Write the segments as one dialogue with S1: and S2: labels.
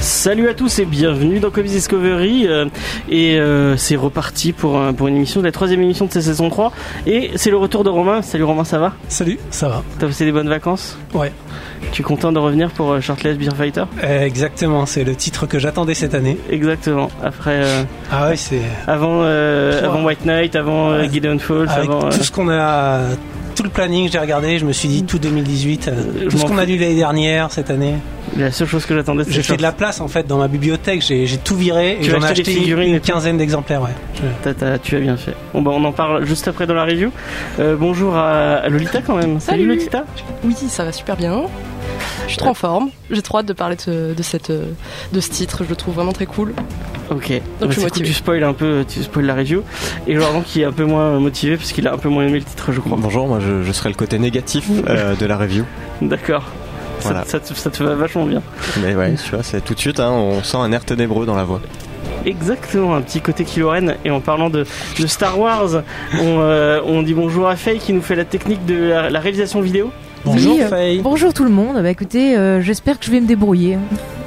S1: Salut à tous et bienvenue dans Comics Discovery. euh, et euh, c'est reparti pour, un- pour une émission, la troisième émission de cette saison 3. Et c'est le retour de Romain. Salut Romain, ça va
S2: Salut, ça va
S1: T'as passé des bonnes vacances
S2: Ouais,
S1: Tu es content de revenir pour euh, Shirtless Beer Fighter
S2: euh, exactement, c'est le titre que j'attendais cette année.
S1: Exactement. Après, euh,
S2: Ah ouais, c'est
S1: avant, euh,
S2: Toi.
S1: avant White Knight, avant euh,
S2: Ouais.
S1: Gideon Falls,
S2: avec
S1: avant. euh,
S2: tout ce qu'on a, tout le planning, j'ai regardé, je me suis dit tout 2018, euh,
S1: je
S2: tout ce
S1: m'en
S2: qu'on a lu l'année dernière, cette année.
S1: euh, La seule chose que j'attendais,
S2: J'ai fait
S1: c'était
S2: de la place en fait dans ma bibliothèque, j'ai j'ai tout viré et
S1: Tu as
S2: j'en ai
S1: acheté des
S2: acheté
S1: figurines et
S2: une
S1: tout
S2: quinzaine d'exemplaires, ouais. Je-
S1: T'as- t'as- tu as bien fait. Bon, bah, on en parle juste après dans la review. Euh, bonjour à, à Lolita quand même.
S3: Salut.
S1: Lolita.
S3: Oui, ça va super bien. Je suis trop en forme. J'ai trop hâte de parler de, ce- de cette, euh, de ce titre. Je le trouve vraiment très cool.
S1: Ok. Ah,
S3: Donc, je suis
S1: c'est cool,
S3: motivée.
S1: tu spoil un peu, tu spoil la review. Et Jordan qui est un peu moins motivé parce qu'il a un peu moins aimé le titre, je crois.
S4: Bonjour, moi je, je serai le côté négatif euh, de la review.
S1: D'accord. Ça-
S4: Voilà.
S1: Ça, te- ça te va vachement bien.
S4: Mais ouais, tu vois, c'est tout de suite, hein, on sent un air ténébreux dans la voix.
S1: Exactement, un petit côté Kylo Ren. Et en parlant de, de Star Wars, on, euh, on dit bonjour à Faye qui nous fait la technique de la, la réalisation vidéo.
S2: Bonjour
S5: Oui, euh,
S2: Faye.
S5: Bonjour tout le monde, bah écoutez, euh, j'espère que je vais me débrouiller.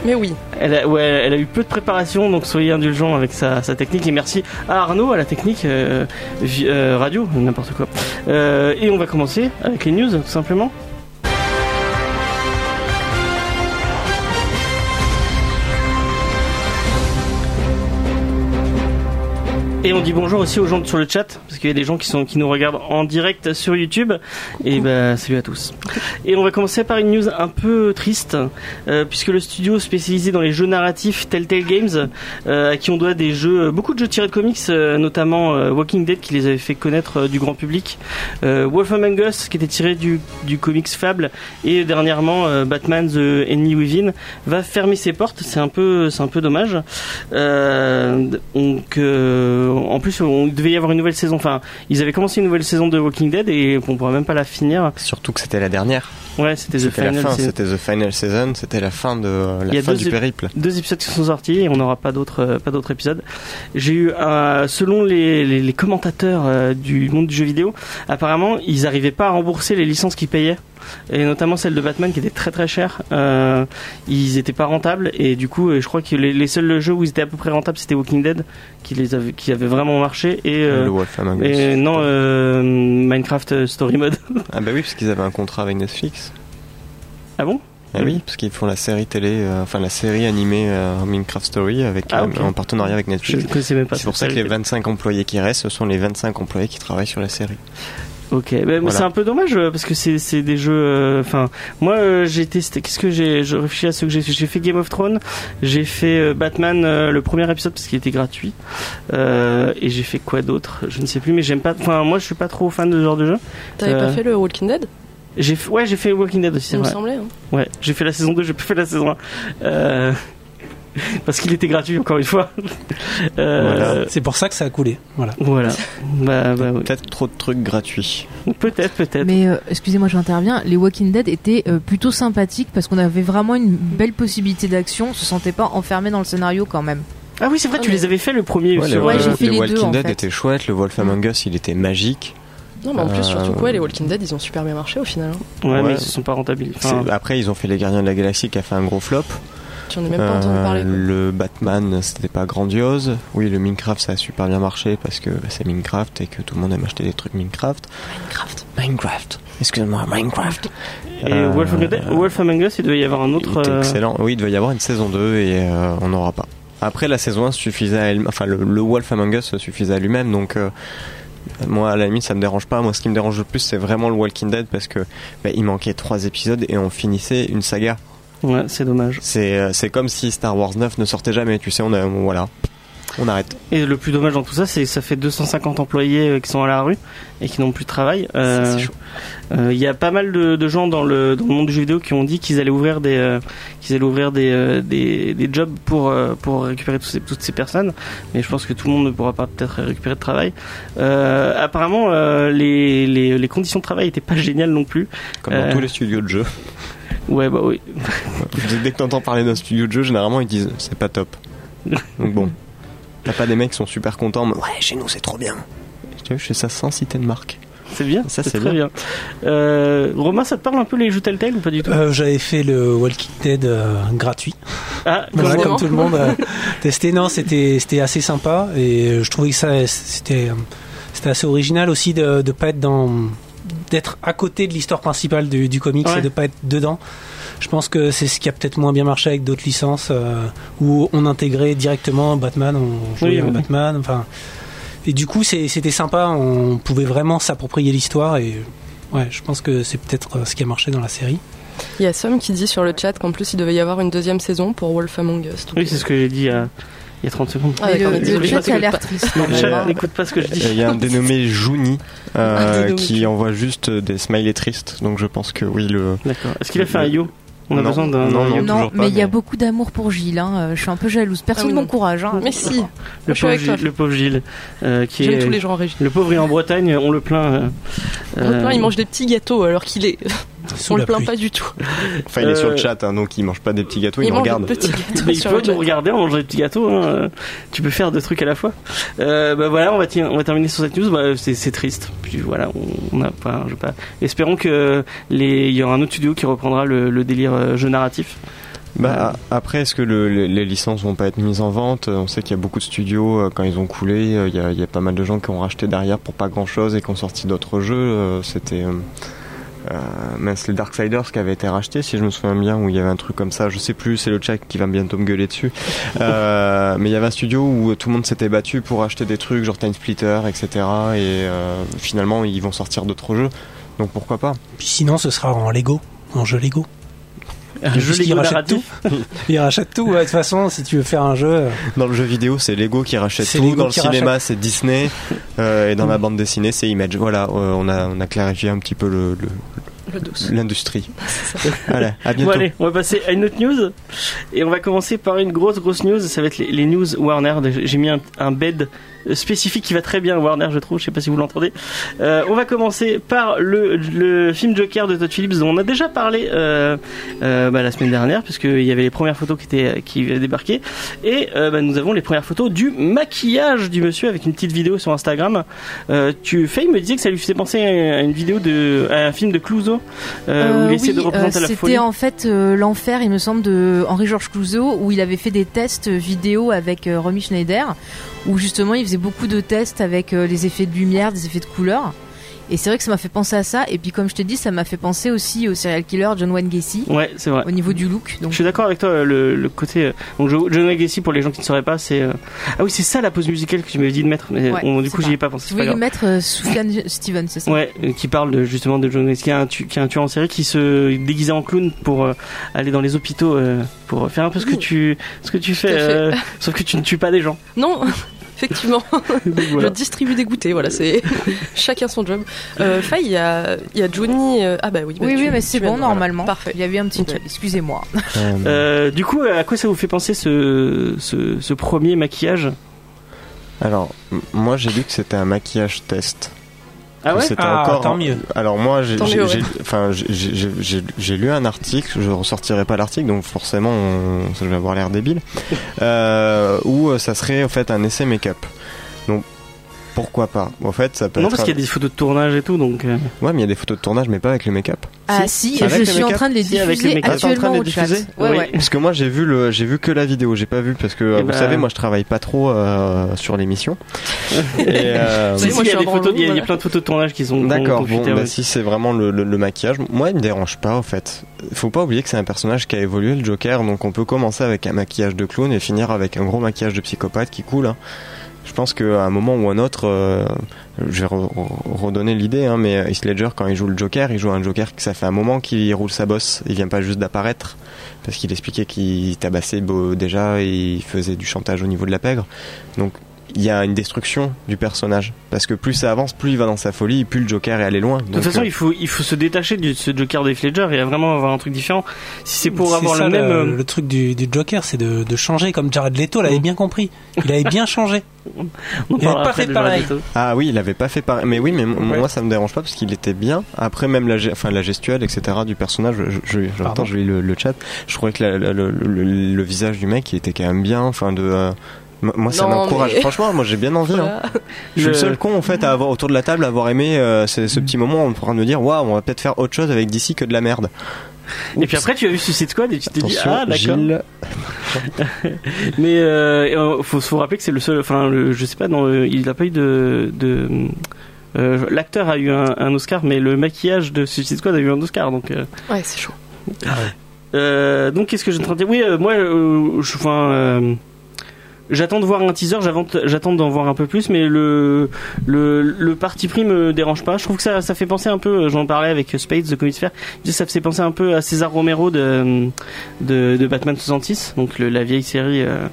S3: Mais oui,
S1: Elle a, ouais, elle a eu peu de préparation, donc soyez indulgents avec sa, sa technique. Et merci à Arnaud, à la technique euh, vi- euh, radio, n'importe quoi. Euh, et on va commencer avec les news, tout simplement. Et on dit bonjour aussi aux gens sur le chat, parce qu'il y a des gens qui, sont, qui nous regardent en direct sur YouTube. Et ben salut à tous. Et on va commencer par une news un peu triste, euh, puisque le studio spécialisé dans les jeux narratifs Telltale Games, euh, à qui on doit des jeux, beaucoup de jeux tirés de comics, euh, notamment euh, Walking Dead qui les avait fait connaître euh, du grand public, euh, Wolf Among Us qui était tiré du, du comics Fable, et dernièrement euh, Batman The Enemy Within, va fermer ses portes. C'est un peu, c'est un peu dommage. Euh, donc, euh, en plus, on devait y avoir une nouvelle saison. Enfin, ils avaient commencé une nouvelle saison de Walking Dead et on pourra même pas la finir.
S4: Surtout que c'était la dernière.
S1: Ouais, c'était The
S4: C'était la
S1: Final
S4: fin,
S1: Season.
S4: c'était The Final Season, c'était la fin de euh,
S1: Il y a
S4: la fin
S1: deux
S4: du
S1: ép-
S4: périple. hein,
S1: Deux épisodes qui sont sortis et on n'aura pas d'autres euh, pas d'autres épisodes. J'ai eu un, selon les, les, les commentateurs euh, du monde du jeu vidéo, apparemment ils n'arrivaient pas à rembourser les licences qu'ils payaient et notamment celle de Batman qui était très très chère. Euh, ils n'étaient pas rentables et du coup euh, je crois que les, les seuls jeux où ils étaient à peu près rentables c'était Walking Dead qui les avait qui avait vraiment marché et, euh,
S4: le Wolf Among Us.
S1: et non euh, Minecraft Story Mode.
S4: Ah bah oui, parce qu'ils avaient un contrat avec Netflix.
S1: ah bon
S4: Ah oui, parce qu'ils font la série télé, euh, enfin la série animée euh, Minecraft Story avec,
S1: Ah,
S4: euh,
S1: ok.
S4: en partenariat avec
S1: Je
S4: Netflix.
S1: ne connaissais même pas.
S4: C'est pour
S1: cette
S4: ça que les
S1: série.
S4: 25 employés qui restent, ce sont les 25 employés qui travaillent sur la série.
S1: Ok, bah, mais
S4: Voilà.
S1: c'est un peu dommage euh, parce que c'est c'est des jeux. euh, Enfin, moi euh, j'ai testé. Qu'est-ce que j'ai Je réfléchis à ce que j'ai fait. J'ai fait Game of Thrones, j'ai fait euh, Batman euh, le premier épisode parce qu'il était gratuit, Euh, et j'ai fait quoi d'autre Je ne sais plus, mais j'aime pas. Enfin, moi je suis pas trop fan de ce genre de jeu.
S3: t'avais
S1: Euh,
S3: pas fait le Walking Dead
S1: J'ai f- ouais j'ai fait Walking Dead aussi.
S3: Il
S1: c'est
S3: me
S1: vrai.
S3: semblait. hein.
S1: Ouais, j'ai fait la saison 2, j'ai pas fait la saison 1. Euh, parce qu'il était gratuit encore une fois. Euh,
S2: C'est pour ça que ça a coulé. Voilà.
S1: voilà. Bah, bah, ouais.
S4: Peut-être trop de trucs gratuits.
S1: Peut-être, peut-être.
S5: Mais euh, excusez-moi, j'interviens, les Walking Dead étaient euh, plutôt sympathiques parce qu'on avait vraiment une belle possibilité d'action, on se sentait pas enfermé dans le scénario quand même.
S1: Ah oui, c'est vrai, tu
S3: Ouais,
S1: les avais fait le premier.
S4: Ouais,
S1: sur- euh,
S5: ouais, j'ai
S4: le
S5: fait les deux,
S4: Walking
S5: en
S4: Dead
S5: fait.
S4: était chouette, le Wolf Among Us il était magique.
S1: Ah.
S3: Non, mais en plus,
S4: Euh,
S3: surtout quoi, les Walking Dead, ils ont super bien marché au final. hein.
S1: Ouais, mais
S4: Ouais.
S1: ils se sont pas rentabilisés.
S4: C'est-
S1: Enfin,
S4: Après, ils ont fait Les Gardiens de la Galaxie qui a fait un gros flop.
S3: Tu en as même pas entendu
S4: Euh,
S3: parler. quoi.
S4: le Batman, c'était pas grandiose. Oui, le Minecraft, ça a super bien marché parce que bah, c'est Minecraft et que tout le monde aime acheter des trucs Minecraft.
S3: Minecraft.
S4: Minecraft, excuse-moi, Minecraft.
S1: Et
S4: Euh,
S1: Wolf, Among Us, Wolf Among Us, il devait y avoir un
S4: Il
S1: autre.
S4: était
S1: euh,
S4: excellent. Oui, il devait y avoir une saison 2 et euh, on n'aura pas. Après, la saison 1 suffisait à elle Enfin, le, le Wolf Among Us suffisait à lui-même, donc... euh, moi, à la limite, ça me dérange pas. Moi, ce qui me dérange le plus, c'est vraiment le Walking Dead parce que bah, il manquait trois épisodes et on finissait une saga.
S1: Ouais, c'est dommage.
S4: C'est euh, c'est comme si Star Wars 9 ne sortait jamais. Tu sais, on a, on- voilà. on arrête.
S1: Et le plus dommage dans tout ça, c'est que ça fait 250 employés euh, qui sont à la rue et qui n'ont plus de travail. Euh,
S3: Ça, c'est chaud.
S1: euh, Il y a pas mal de, de gens dans le, dans le monde du jeu vidéo qui ont dit qu'ils allaient ouvrir des, euh, qu'ils allaient ouvrir des, euh, des, des jobs pour, euh, pour récupérer toutes ces, toutes ces personnes. Mais je pense que tout le monde ne pourra pas peut-être récupérer de travail. Euh, apparemment, euh, les, les, les conditions de travail n'étaient pas géniales non plus.
S4: Comme dans
S1: Euh.
S4: tous les studios de jeu.
S1: Ouais, bah oui.
S4: Dès que t'entends parler d'un studio de jeu, généralement ils disent c'est pas top. Donc bon, t'as pas des mecs qui sont super contents, mais ouais, chez nous c'est trop bien. Et Tu vois, je fais ça sans citer de marque.
S1: C'est bien.
S4: Ça,
S1: c'est
S4: c'est
S1: très bien. Euh, Romain, ça te parle un peu les jeux Telltale ou pas du tout
S2: Euh, J'avais fait le Walking Dead euh, gratuit.
S1: Ah,
S2: Voilà,
S1: comment
S2: comme tout le monde a testé. Non, c'était c'était assez sympa et je trouvais que ça c'était euh, c'était assez original aussi de de pas être dans d'être à côté de l'histoire principale du, du comics
S1: Ouais.
S2: et de pas être dedans. Je pense que c'est ce qui a peut-être moins bien marché avec d'autres licences euh, où on intégrait directement Batman, on jouait
S1: Oui,
S2: à
S1: oui.
S2: Batman, enfin. Et du coup, c'est- c'était sympa, on pouvait vraiment s'approprier l'histoire et ouais, je pense que c'est peut-être euh, ce qui a marché dans la série.
S3: Il y a Somme qui dit sur le chat qu'en plus il devait y avoir une deuxième saison pour Wolf Among Us. Donc,
S1: Oui, c'est ce que j'ai dit euh, il y a 30 secondes.
S3: Ah,
S5: Et
S3: d'accord, mais
S5: le, le
S1: désolé,
S5: chat
S1: parce
S5: a
S1: que
S5: l'air
S1: pas-
S5: triste.
S1: Le
S4: Mais,
S1: chat
S4: euh,
S1: n'écoute pas ce que je
S4: Et Il
S1: dis.
S4: y a un dénommé Juni euh,
S3: Ah, dénommé
S4: qui
S3: Juni.
S4: envoie juste des smileys tristes, donc je pense que oui, le.
S1: D'accord. Est-ce qu'il a fait un yo On a
S4: Non.
S1: besoin d'un
S4: Non,
S1: d'un
S4: non,
S1: yo.
S5: Non,
S4: toujours pas,
S5: mais il y a
S4: mais-
S5: beaucoup d'amour pour Gilles. hein. Euh, Je suis un peu jalouse. Personne
S3: Ah
S5: ne
S3: oui, non.
S5: m'encourage. hein.
S3: Mais si,
S1: Le
S3: Je suis
S1: pauvre
S3: avec toi.
S1: Gilles, le pauvre Gilles, euh, qui
S3: j'aime
S1: est
S3: tous les gens en régie.
S1: le pauvre est en Bretagne, on le plaint. euh, euh,
S3: Maintenant, il mange des petits gâteaux alors qu'il est.
S2: Sous
S3: On le
S2: la
S3: plaint
S2: pluie.
S3: pas du tout.
S4: Enfin, il est sur
S1: Euh,
S4: le chat, hein, donc il mange pas des petits gâteaux, il,
S3: il mange
S4: regarde.
S3: des petits
S1: mais
S3: gâteaux
S1: il
S3: sur
S1: peut
S3: le
S1: nous
S3: chat.
S1: regarder, on mange des petits gâteaux. hein, euh, Tu peux faire deux trucs à la fois. Euh, bah voilà, on va, ti- on va terminer sur cette news. Bah, c'est c'est triste. Puis voilà, on on n'a pas, je sais pas. Espérons que les, il y aura un autre studio qui reprendra le, le délire euh, jeu narratif.
S4: Bah, a- après, est-ce que le- le- les licences vont pas être mises en vente On sait qu'il y a beaucoup de studios, euh, quand ils ont coulé, euh, il y, a- il y a pas mal de gens qui ont racheté derrière pour pas grand-chose et qui ont sorti d'autres jeux. euh, C'était... Euh, euh, mince, les Darksiders qui avaient été rachetés, si je me souviens bien, où il y avait un truc comme ça, je sais plus, c'est le chat qui va bientôt me gueuler dessus. Euh, mais il y avait un studio où tout le monde s'était battu pour acheter des trucs, genre Time Splitter, etc. Et euh, finalement, ils vont sortir d'autres jeux. Donc pourquoi pas
S2: Puis sinon, ce sera en Lego, en jeu Lego.
S1: Un jeu
S2: Juste qu'il
S1: Lego
S2: rachète
S1: narratif.
S2: Il rachète tout, ouais, de toute façon, si tu veux faire un jeu. euh,
S4: Dans le jeu vidéo, c'est Lego qui rachète
S2: C'est
S4: tout.
S2: Lego
S4: dans le
S2: qui
S4: cinéma, c'est Disney. Euh, et dans
S1: Mm.
S4: la bande dessinée, c'est Image. Voilà, euh, on, a, on a clarifié un petit peu le- le-
S3: Le dos.
S4: l'industrie.
S3: C'est ça.
S4: Voilà, à
S1: Bon
S4: bientôt.
S1: allez, on va passer à une autre news et on va commencer par une grosse grosse news. Ça va être les, les news Warner. J'ai mis un, un bed spécifique qui va très bien à Warner, je trouve. Je sais pas si vous l'entendez. Euh, on va commencer par le, le film Joker de Todd Phillips dont on a déjà parlé euh, euh, bah, la semaine dernière puisque il y avait les premières photos qui étaient qui débarquaient et euh, bah, nous avons les premières photos du maquillage du monsieur avec une petite vidéo sur Instagram. Euh, tu Faye me disait que ça lui faisait penser à une vidéo de à un film de Clouseau euh, où
S5: Euh,
S1: il essayait
S5: oui,
S1: de représenter
S5: euh,
S1: la folie.
S5: C'était en fait euh, l'enfer, il me semble, de Henri-Georges Clouzot, où il avait fait des tests vidéo avec euh, Romy Schneider, où justement il faisait beaucoup de tests avec euh, les effets de lumière, des effets de couleur. Et c'est vrai que ça m'a fait penser à ça. Et puis, comme je t'ai dit, ça m'a fait penser aussi au serial killer John Wayne Gacy,
S1: Ouais, c'est vrai.
S5: au niveau du look.
S1: Je
S5: Donc,
S1: suis d'accord avec toi, le, le côté. euh, donc, Jo- John Legacy, pour les gens qui ne sauraient pas, c'est. euh, Ah oui, c'est ça la pause musicale que tu m'avais dit de mettre, mais
S5: Ouais,
S1: bon, du
S5: c'est
S1: coup, j'y ai
S5: ça.
S1: pas pensé.
S5: tu
S1: c'est pas
S5: voulais lui
S1: grave.
S5: mettre euh, Sufjan Stevens, c'est ça
S1: Ouais, euh, qui parle de, justement de John Legacy, qui est un, tu- qui est un tueur en série qui se déguisait en clown pour euh, aller dans les hôpitaux, euh, pour faire un peu ce que
S3: Oui.
S1: tu, ce que tu fais,
S3: Tout à fait.
S1: euh, sauf que tu ne tues pas des gens.
S3: Non, effectivement.
S1: Donc, voilà.
S3: Je distribue des goûters, voilà, c'est chacun son job. Euh, Faye, il y a, il y a Johnny. euh, Ah bah oui, bah
S5: Oui,
S3: tu-
S5: oui, mais
S3: tu
S5: c'est
S3: viens
S5: bon,
S3: de- voilà.
S5: normalement.
S3: Parfait.
S5: Il y avait un petit.
S3: Ok.
S5: truc, Excusez-moi.
S4: Euh,
S1: Euh, du coup, à quoi ça vous fait penser ce, ce, ce premier maquillage
S4: Alors, m- moi, j'ai lu que c'était un maquillage test.
S1: Ah ouais
S4: C'était
S2: Ah,
S4: encore
S2: tant
S4: un-
S2: mieux.
S4: Alors moi, j'ai
S3: Tant
S4: j'ai-
S3: mieux, ouais.
S4: j'ai- enfin, j'ai- j'ai- j'ai- j'ai lu un article, je ressortirai pas l'article, donc forcément, on- ça, je vais avoir l'air débile, euh, où euh, ça serait en fait un essai make-up. Donc pourquoi pas En fait, ça peut
S1: Non,
S4: être
S1: parce qu'il y a des photos de tournage et tout, donc. euh,
S4: un- Ouais, mais il y a des photos de tournage, mais pas avec le make-up.
S5: Ah si,
S4: Avec
S5: je
S4: le
S5: suis en
S4: make-up
S5: train de les
S1: Si, avec le
S5: diffuser
S1: make-up.
S4: Ah, t'es en train
S5: actuellement
S4: de
S5: au
S4: les
S5: chat.
S4: diffuser
S5: Ouais,
S1: Oui.
S5: ouais.
S4: Parce que moi j'ai vu le j'ai vu que la vidéo, j'ai pas vu parce que
S1: Eh
S4: vous
S1: ben-
S4: savez moi je travaille pas trop euh, sur l'émission. Et, euh,
S1: si,
S3: moi,
S1: si, il y
S3: je suis
S1: a
S3: un
S1: des
S3: branleur,
S1: photos, il y a- il y a
S3: voilà.
S1: plein de photos de tournage qui sont.
S4: D'accord,
S1: qui sont
S4: bon,
S1: tweetées,
S4: bah,
S1: ouais.
S4: si c'est vraiment le, le- le maquillage, moi il me dérange pas en fait. Faut pas oublier que c'est un personnage qui a évolué, le Joker, donc on peut commencer avec un maquillage de clown et finir avec un gros maquillage de psychopathe qui coule. hein. je pense qu'à un moment ou un autre, euh, je vais re- re- redonner l'idée, hein, mais Heath Ledger, quand il joue le Joker, il joue un Joker que ça fait un moment qu'il roule sa bosse. Il vient pas juste d'apparaître, parce qu'il expliquait qu'il tabassait beau, déjà, et il faisait du chantage au niveau de la pègre. Donc il y a une destruction du personnage, parce que plus ça avance, plus il va dans sa folie, plus le Joker est allé loin.
S1: De toute façon, il faut, il faut se détacher de ce Joker des Fledger et vraiment avoir un truc différent. Si c'est pour avoir
S2: ça,
S1: le même. euh,
S2: Le, truc du, du Joker, c'est de, de changer, comme Jared Leto l'avait bien compris. Il avait bien changé.
S1: on en
S2: il
S1: parlera
S2: est pas
S1: après
S2: fait
S1: de Jared
S2: pareil.
S1: Leto.
S4: Ah oui, il avait pas fait pareil. Mais oui, mais m-
S2: Ouais.
S4: moi ça me dérange pas parce qu'il était bien. Après même la, ge- enfin, la gestuelle, etc. du personnage, je, je, je, j'entends,
S2: Pardon.
S4: je lis le, le chat. Je trouvais que la- la- le, le- le- le visage du mec, il était quand même bien. Enfin de, euh, m- moi ça
S3: Non,
S4: m'encourage.
S3: mais-
S4: Franchement, moi j'ai bien envie. hein.
S3: Voilà.
S4: Je suis le
S1: Le-
S4: seul con en fait à avoir autour de la table à avoir aimé euh, ce, ce petit moment en train de me dire waouh, on va peut-être faire autre chose avec DC que de la merde.
S1: Et puis après, tu as vu Suicide Squad et tu t'es dit,
S4: Attention,
S1: ah, d'accord.
S4: Gilles.
S1: Mais euh, et, euh, faut se rappeler que c'est le seul. Enfin, le- je sais pas, dans le- il a pas eu de. de euh, L'acteur a eu un, un Oscar, mais le maquillage de Suicide Squad a eu un Oscar, donc. euh,
S3: Ouais, c'est chaud.
S1: Euh, donc qu'est-ce que j'ai en train de dire Oui, euh, moi, euh, je, enfin, euh, j'attends de voir un teaser, j'avante- j'attends d'en voir un peu plus, mais le, le, le parti pris me dérange pas. Je trouve que ça, ça fait penser un peu, euh, j'en parlais avec Spades de Comics Fair, il disait que ça fait penser un peu à César Romero de, de, de Batman 66, donc le- la vieille série. euh,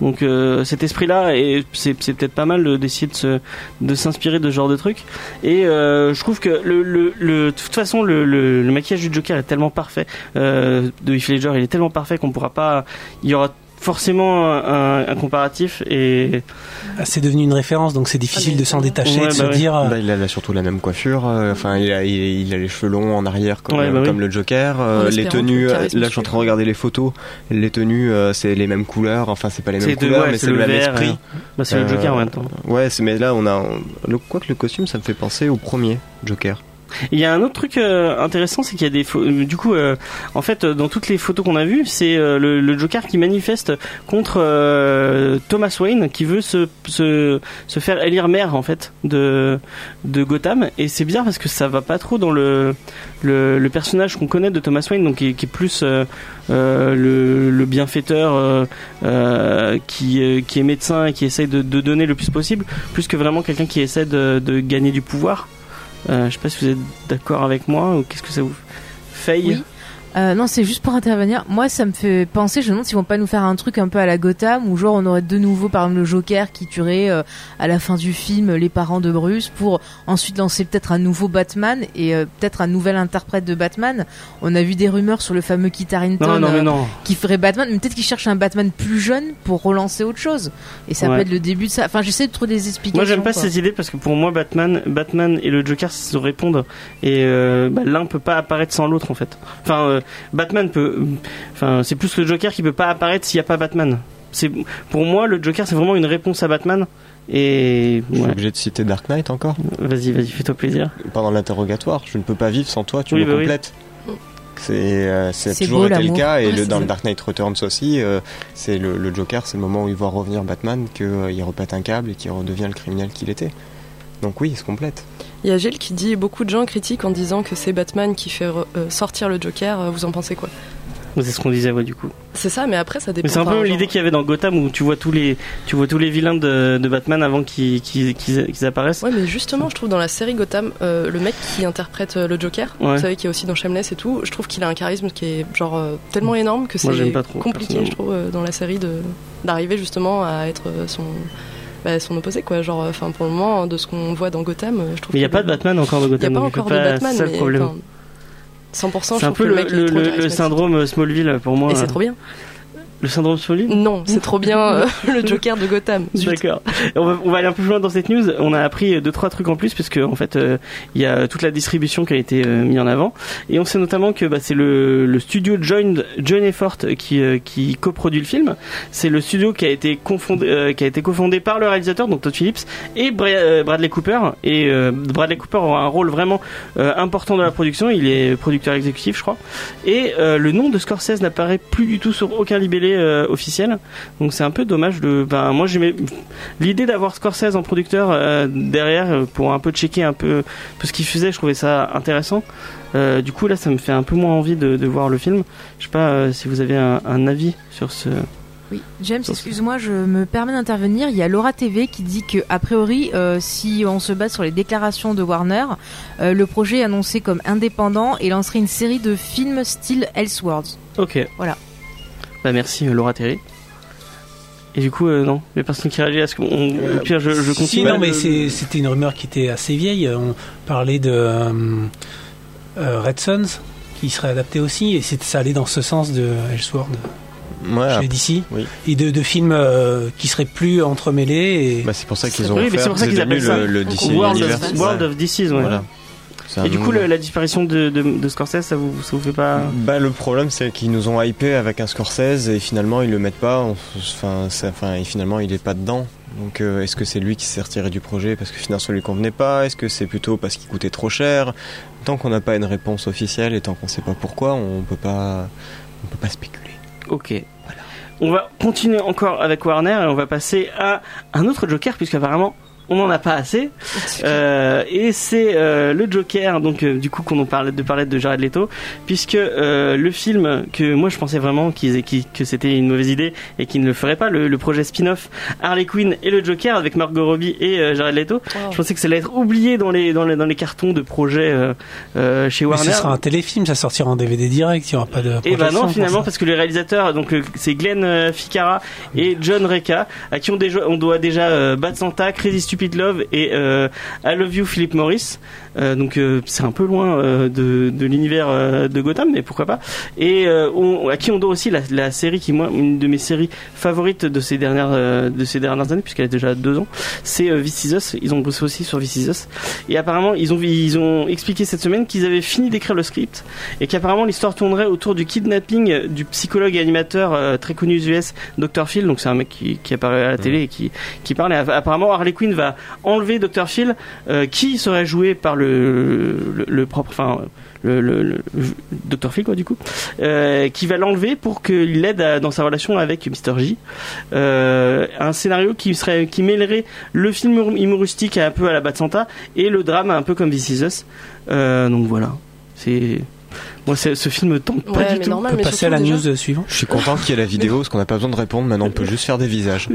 S1: donc euh, cet esprit-là, et c'est c'est peut-être pas mal de- d'essayer de se- de s'inspirer de, ce genre de truc. Et euh, je trouve que le, le, le- de toute façon, le, le, le maquillage du Joker est tellement parfait euh, de Heath Ledger, il est tellement parfait qu'on pourra pas. Il y aura forcément un, un comparatif et
S2: Ah, C'est devenu une référence, donc c'est difficile
S3: Ah, mais-
S2: de s'en détacher,
S1: Ouais,
S2: de se
S1: bah ouais.
S2: dire. euh,
S4: Bah, il a surtout la même coiffure, euh, enfin il, a, il, il a les cheveux longs en arrière comme,
S1: Ouais, bah oui.
S4: comme le Joker,
S3: En
S4: euh, les
S3: espérant
S4: tenues,
S3: que le
S4: euh, là
S3: charisme
S4: je suis en train de regarder les photos, les tenues euh, c'est les mêmes couleurs, enfin c'est pas les mêmes
S1: c'est de-
S4: couleurs
S1: ouais,
S4: mais c'est le même
S1: vert,
S4: esprit.
S1: euh, bah, c'est le
S4: Euh,
S1: Joker en même temps.
S4: Ouais, c'est, mais là on a, on- le, quoi que le costume ça me fait penser au premier Joker.
S1: Il y a un autre truc euh, intéressant, c'est qu'il y a des pho- euh, du coup, euh, en fait, euh, dans toutes les photos qu'on a vues, c'est euh, le, le Joker qui manifeste contre euh, Thomas Wayne, qui veut se, se se faire élire maire en fait de de Gotham. Et c'est bizarre parce que ça va pas trop dans le le, le personnage qu'on connaît de Thomas Wayne, donc qui, est- qui est plus euh, euh, le, le bienfaiteur euh, euh, qui euh, qui est médecin et qui essaye de, de donner le plus possible, plus que vraiment quelqu'un qui essaie de, de gagner du pouvoir. Euh, je sais pas si vous êtes d'accord avec moi ou qu'est-ce que ça vous fait
S5: Oui. Euh, non, c'est juste pour intervenir. Moi, ça me fait penser, je me demande s'ils vont pas nous faire un truc un peu à la Gotham, où genre on aurait de nouveau, par exemple, le Joker qui tuerait euh, à la fin du film euh, les parents de Bruce pour ensuite lancer peut-être un nouveau Batman et euh, peut-être un nouvel interprète de Batman. On a vu des rumeurs sur le fameux Kit Harington
S1: Non, non, mais
S5: euh,
S1: non.
S5: qui ferait Batman, mais peut-être qu'ils cherchent un Batman plus jeune pour relancer autre chose. Et ça
S1: Ouais.
S5: peut être le début de ça. Enfin, j'essaie de trouver des explications.
S1: Moi, j'aime pas
S5: quoi.
S1: ces idées parce que pour moi, Batman, Batman et le Joker se répondent et euh, bah, l'un peut pas apparaître sans l'autre en fait. Enfin, euh, Batman peut. Enfin, c'est plus le Joker qui peut pas apparaître s'il y a pas Batman. C'est pour moi le Joker, c'est vraiment une réponse à Batman. Et
S4: Je suis
S1: ouais.
S4: obligé de citer Dark Knight encore.
S1: vas-y, vas-y, fais-toi plaisir.
S4: Pendant l'interrogatoire, je ne peux pas vivre sans toi, tu
S1: Oui,
S4: me
S1: bah oui.
S4: complètes. C'est, euh, c'est
S5: C'est
S4: toujours
S5: beau,
S4: été le
S5: l'amour.
S4: cas et
S3: Ouais,
S4: le,
S3: c'est
S4: dans
S3: ça.
S4: le Dark Knight Returns aussi, euh, c'est le, le Joker, c'est le moment où il voit revenir Batman, qu'il repète un câble et qu'il redevient le criminel qu'il était. Donc oui, il se complète.
S3: Il y a Gilles qui dit beaucoup de gens critiquent en disant que c'est Batman qui fait re- euh, sortir le Joker. euh, Vous en pensez quoi
S1: C'est ce qu'on disait ouais, du coup.
S3: C'est ça, mais après ça dépend.
S1: Mais c'est un
S3: Enfin,
S1: peu
S3: genre-
S1: l'idée qu'il y avait dans Gotham où tu vois tous les tu vois tous les vilains de, de Batman avant qu'ils qu'ils- qu'ils- qu'ils apparaissent.
S3: Ouais, mais justement, je trouve dans la série Gotham, euh, le mec qui interprète euh, le Joker,
S1: Ouais.
S3: vous savez, qui est aussi dans Shameless et tout, je trouve qu'il a un charisme qui est genre euh, tellement énorme que
S1: Mm. Moi, j'aime
S3: c'est
S1: pas trop,
S3: compliqué, je trouve, euh, dans la série de d'arriver justement à être euh, son bah, son opposé quoi. Genre, enfin pour le moment, de ce qu'on voit dans Gotham, euh, je trouve.
S1: Mais il n'y a
S3: que-
S1: pas de Batman encore de
S3: Il y a
S1: Gotham.
S3: pas
S1: donc
S3: encore
S1: c'est
S3: de Batman,
S1: ça le
S3: mais
S1: problème.
S3: enfin, 100%, je
S1: C'est un
S3: trouve
S1: peu
S3: que le
S1: le,
S3: mec il est
S1: le-
S3: trop
S1: le
S3: charismatique.
S1: syndrome euh, Smallville pour moi.
S3: Et c'est
S1: euh,
S3: trop bien.
S1: Le syndrome Smallville
S3: Non, c'est trop bien euh, le Joker de Gotham. Zut.
S1: D'accord. Et On va, on va aller un peu plus loin dans cette news. On a appris euh, deux trois trucs en plus parce que en fait euh, il y a toute la distribution qui a été euh, mise en avant et on sait notamment que bah, c'est le, le studio Joint Joint Effort qui euh, qui coproduit le film. C'est le studio qui a été confondé euh, qui a été cofondé par le réalisateur donc Todd Phillips et Bra- euh, Bradley Cooper et euh, Bradley Cooper aura un rôle vraiment euh, important dans la production. Il est producteur exécutif je crois et euh, le nom de Scorsese n'apparaît plus du tout sur aucun libellé euh, officiel. Donc c'est un peu dommage de ben moi j'aimais L'idée d'avoir Scorsese en producteur euh, derrière euh, pour un peu checker un peu, peu ce qu'il faisait, je trouvais ça intéressant. Euh, du coup, là, ça me fait un peu moins envie de, de voir le film. Je sais pas euh, si vous avez un, un avis sur ce,
S5: Oui, James, excuse-moi, je me permets d'intervenir. Il y a Laura TV qui dit que, a priori, euh, si on se base sur les déclarations de Warner, euh, le projet est annoncé comme indépendant et lancerait une série de films style Elseworlds.
S1: Ok.
S5: Voilà.
S1: Bah merci euh, Laura Terry. Et du coup, euh, non, les personnes qui réagissent, est-ce qu'on. on- au pire, je, je continue.
S2: Euh, Si, non, mais
S1: le-
S2: c'est- c'était une rumeur qui était assez vieille. Euh, On parlait de euh, euh, Red Suns qui serait adapté aussi, et c'est- ça allait dans ce sens de Elseworld
S4: Ouais,
S1: Ah,
S2: chez DC,
S4: oui.
S2: et de, de films euh, qui seraient plus entremêlés. Et...
S4: bah, c'est pour ça qu'ils ont
S1: Oui, mais
S4: offert,
S1: c'est pour ça qu'ils
S4: devenu
S1: appellent ça
S4: le, le DC
S1: World,
S4: Universe.
S1: of, World of DCs, ouais.
S4: Voilà. C'est un
S1: Et du coup,
S4: nouveau-
S1: le- la disparition de, de, de Scorsese, ça vous, ça vous fait pas.
S4: Bah, le problème, c'est qu'ils nous ont hypé avec un Scorsese et finalement ils le mettent pas. On- Enfin, c'est- enfin, et finalement il est pas dedans. Donc, euh, est-ce que c'est lui qui s'est retiré du projet parce que finalement ça lui convenait pas Est-ce que c'est plutôt parce qu'il coûtait trop cher Tant qu'on n'a pas une réponse officielle et tant qu'on sait pas pourquoi, on peut pas, on peut pas spéculer.
S1: Ok. On va continuer encore avec Warner et on va passer à un autre Joker, puisqu'apparemment, on n'en a pas assez. Euh, et c'est euh, le Joker, donc euh, du coup qu'on en parlait de parler de Jared Leto, puisque euh, le film que moi je pensais vraiment qu'ils- qu'ils- que c'était une mauvaise idée et qu'ils ne le feraient pas, le, le projet spin-off Harley Quinn et le Joker avec Margot Robbie et euh, Jared Leto, je pensais que ça allait être oublié dans les dans les, dans les cartons de projets euh, euh, chez
S2: Mais
S1: Warner.
S2: ce sera un téléfilm, ça sortira en DVD direct, il n'y aura pas de.
S1: Et bah
S2: projection
S1: non,
S2: pour
S1: finalement,
S2: ça.
S1: parce que les réalisateurs, donc euh, c'est Glenn euh, Ficarra et John Reca, à qui on, déjà, on doit déjà euh, Bad Santa, Crazy Stupid Love et euh, I Love You Philip Morris. Euh, donc euh, c'est un peu loin euh, de, de l'univers euh, de Gotham, mais pourquoi pas. Et euh, on- à qui on doit aussi la, la série qui, moi, une de mes séries favorites de ces dernières, euh, de ces dernières années, puisqu'elle a déjà deux ans, c'est euh, This Is Us. Ils ont bossé aussi sur This Is Us. Et apparemment, ils ont, ils ont expliqué cette semaine qu'ils avaient fini d'écrire le script et qu'apparemment l'histoire tournerait autour du kidnapping euh, du psychologue et animateur euh, très connu aux US, Dr. Phil. Donc c'est un mec qui, qui apparaît à la télé et qui, qui parle. Et app- apparemment Harley Quinn va enlever Dr. Phil, euh, qui serait joué par le, le, le propre, enfin le, le- le- le- Dr. Phil quoi du coup, euh, qui va l'enlever pour qu'il l'aide à- dans sa relation avec Mr. J. Euh, un scénario qui serait qui mêlerait le film humor- humoristique un peu à la Bad Santa et le drame un peu comme This Is Us. Euh, donc voilà, c'est moi c'est- ce film me tente pas
S3: Ouais,
S1: du
S3: mais
S1: tout.
S2: On
S3: normal,
S2: peut
S3: mais
S2: passer à
S3: surtout
S2: la
S3: déjà-
S2: news suivante.
S4: Je suis content qu'il y ait la vidéo parce qu'on n'a pas besoin de répondre. Maintenant, on peut juste faire des visages.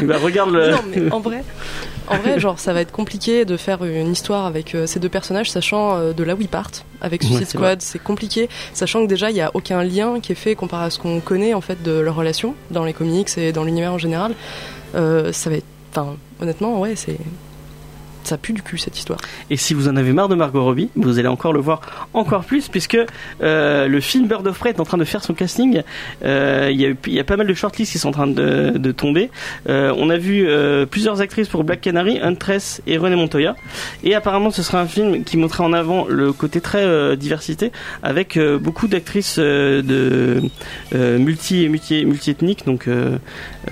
S1: Eh ben, regarde le.
S3: Non, mais en vrai, en vrai, genre, ça va être compliqué de faire une histoire avec euh, ces deux personnages, sachant euh, de là où ils partent. Avec Suicide
S1: Ouais, c'est vrai.
S3: Squad, c'est compliqué, sachant que déjà, il n'y a aucun lien qui est fait comparé à ce qu'on connaît en fait de leur relation dans les comics et dans l'univers en général. Euh, ça va être, enfin, honnêtement, ouais, c'est. Ça pue du cul cette histoire.
S1: Et si vous en avez marre de Margot Robbie, vous allez encore le voir encore plus puisque euh, le film Bird of Prey est en train de faire son casting. Euh, Il y, a eu- il y a pas mal de shortlists qui sont en train de, de tomber. Euh, on a vu euh, plusieurs actrices pour Black Canary, Huntress et René Montoya. Et apparemment, ce sera un film qui mettra en avant le côté très euh, diversité avec euh, beaucoup d'actrices euh, de euh, multi, multi, multi-ethniques. Donc, euh,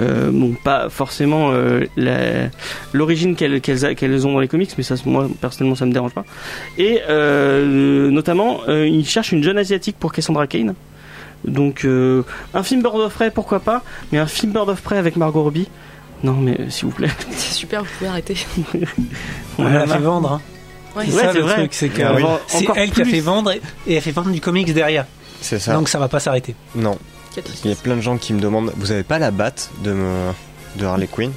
S1: euh, bon, pas forcément euh, la l'origine qu'elles qu'elles a- qu'elles ont dans les comics, mais ça, moi personnellement, ça me dérange pas. Et euh, notamment, euh, ils cherchent une jeune asiatique pour Cassandra Kane. Donc, euh, un film Bird of Prey, pourquoi pas, mais un film Bird of Prey avec Margot Robbie. Non, mais euh, s'il vous plaît.
S3: C'est super, vous pouvez arrêter.
S2: On
S1: en a
S2: l'a fait
S1: marre.
S2: vendre. hein.
S3: Ouais.
S2: C'est
S1: Ouais,
S2: ça
S1: c'est
S2: le
S1: vrai.
S2: truc, c'est que
S4: Ah oui.
S2: c'est
S1: Encore
S2: elle qui a
S1: plus.
S2: fait vendre et, et elle fait vendre du comics derrière.
S4: C'est ça.
S2: Donc ça va pas s'arrêter.
S4: non.
S3: Quelle
S4: Il y a plein de gens qui me demandent Vous avez pas la batte de, me- de Harley Quinn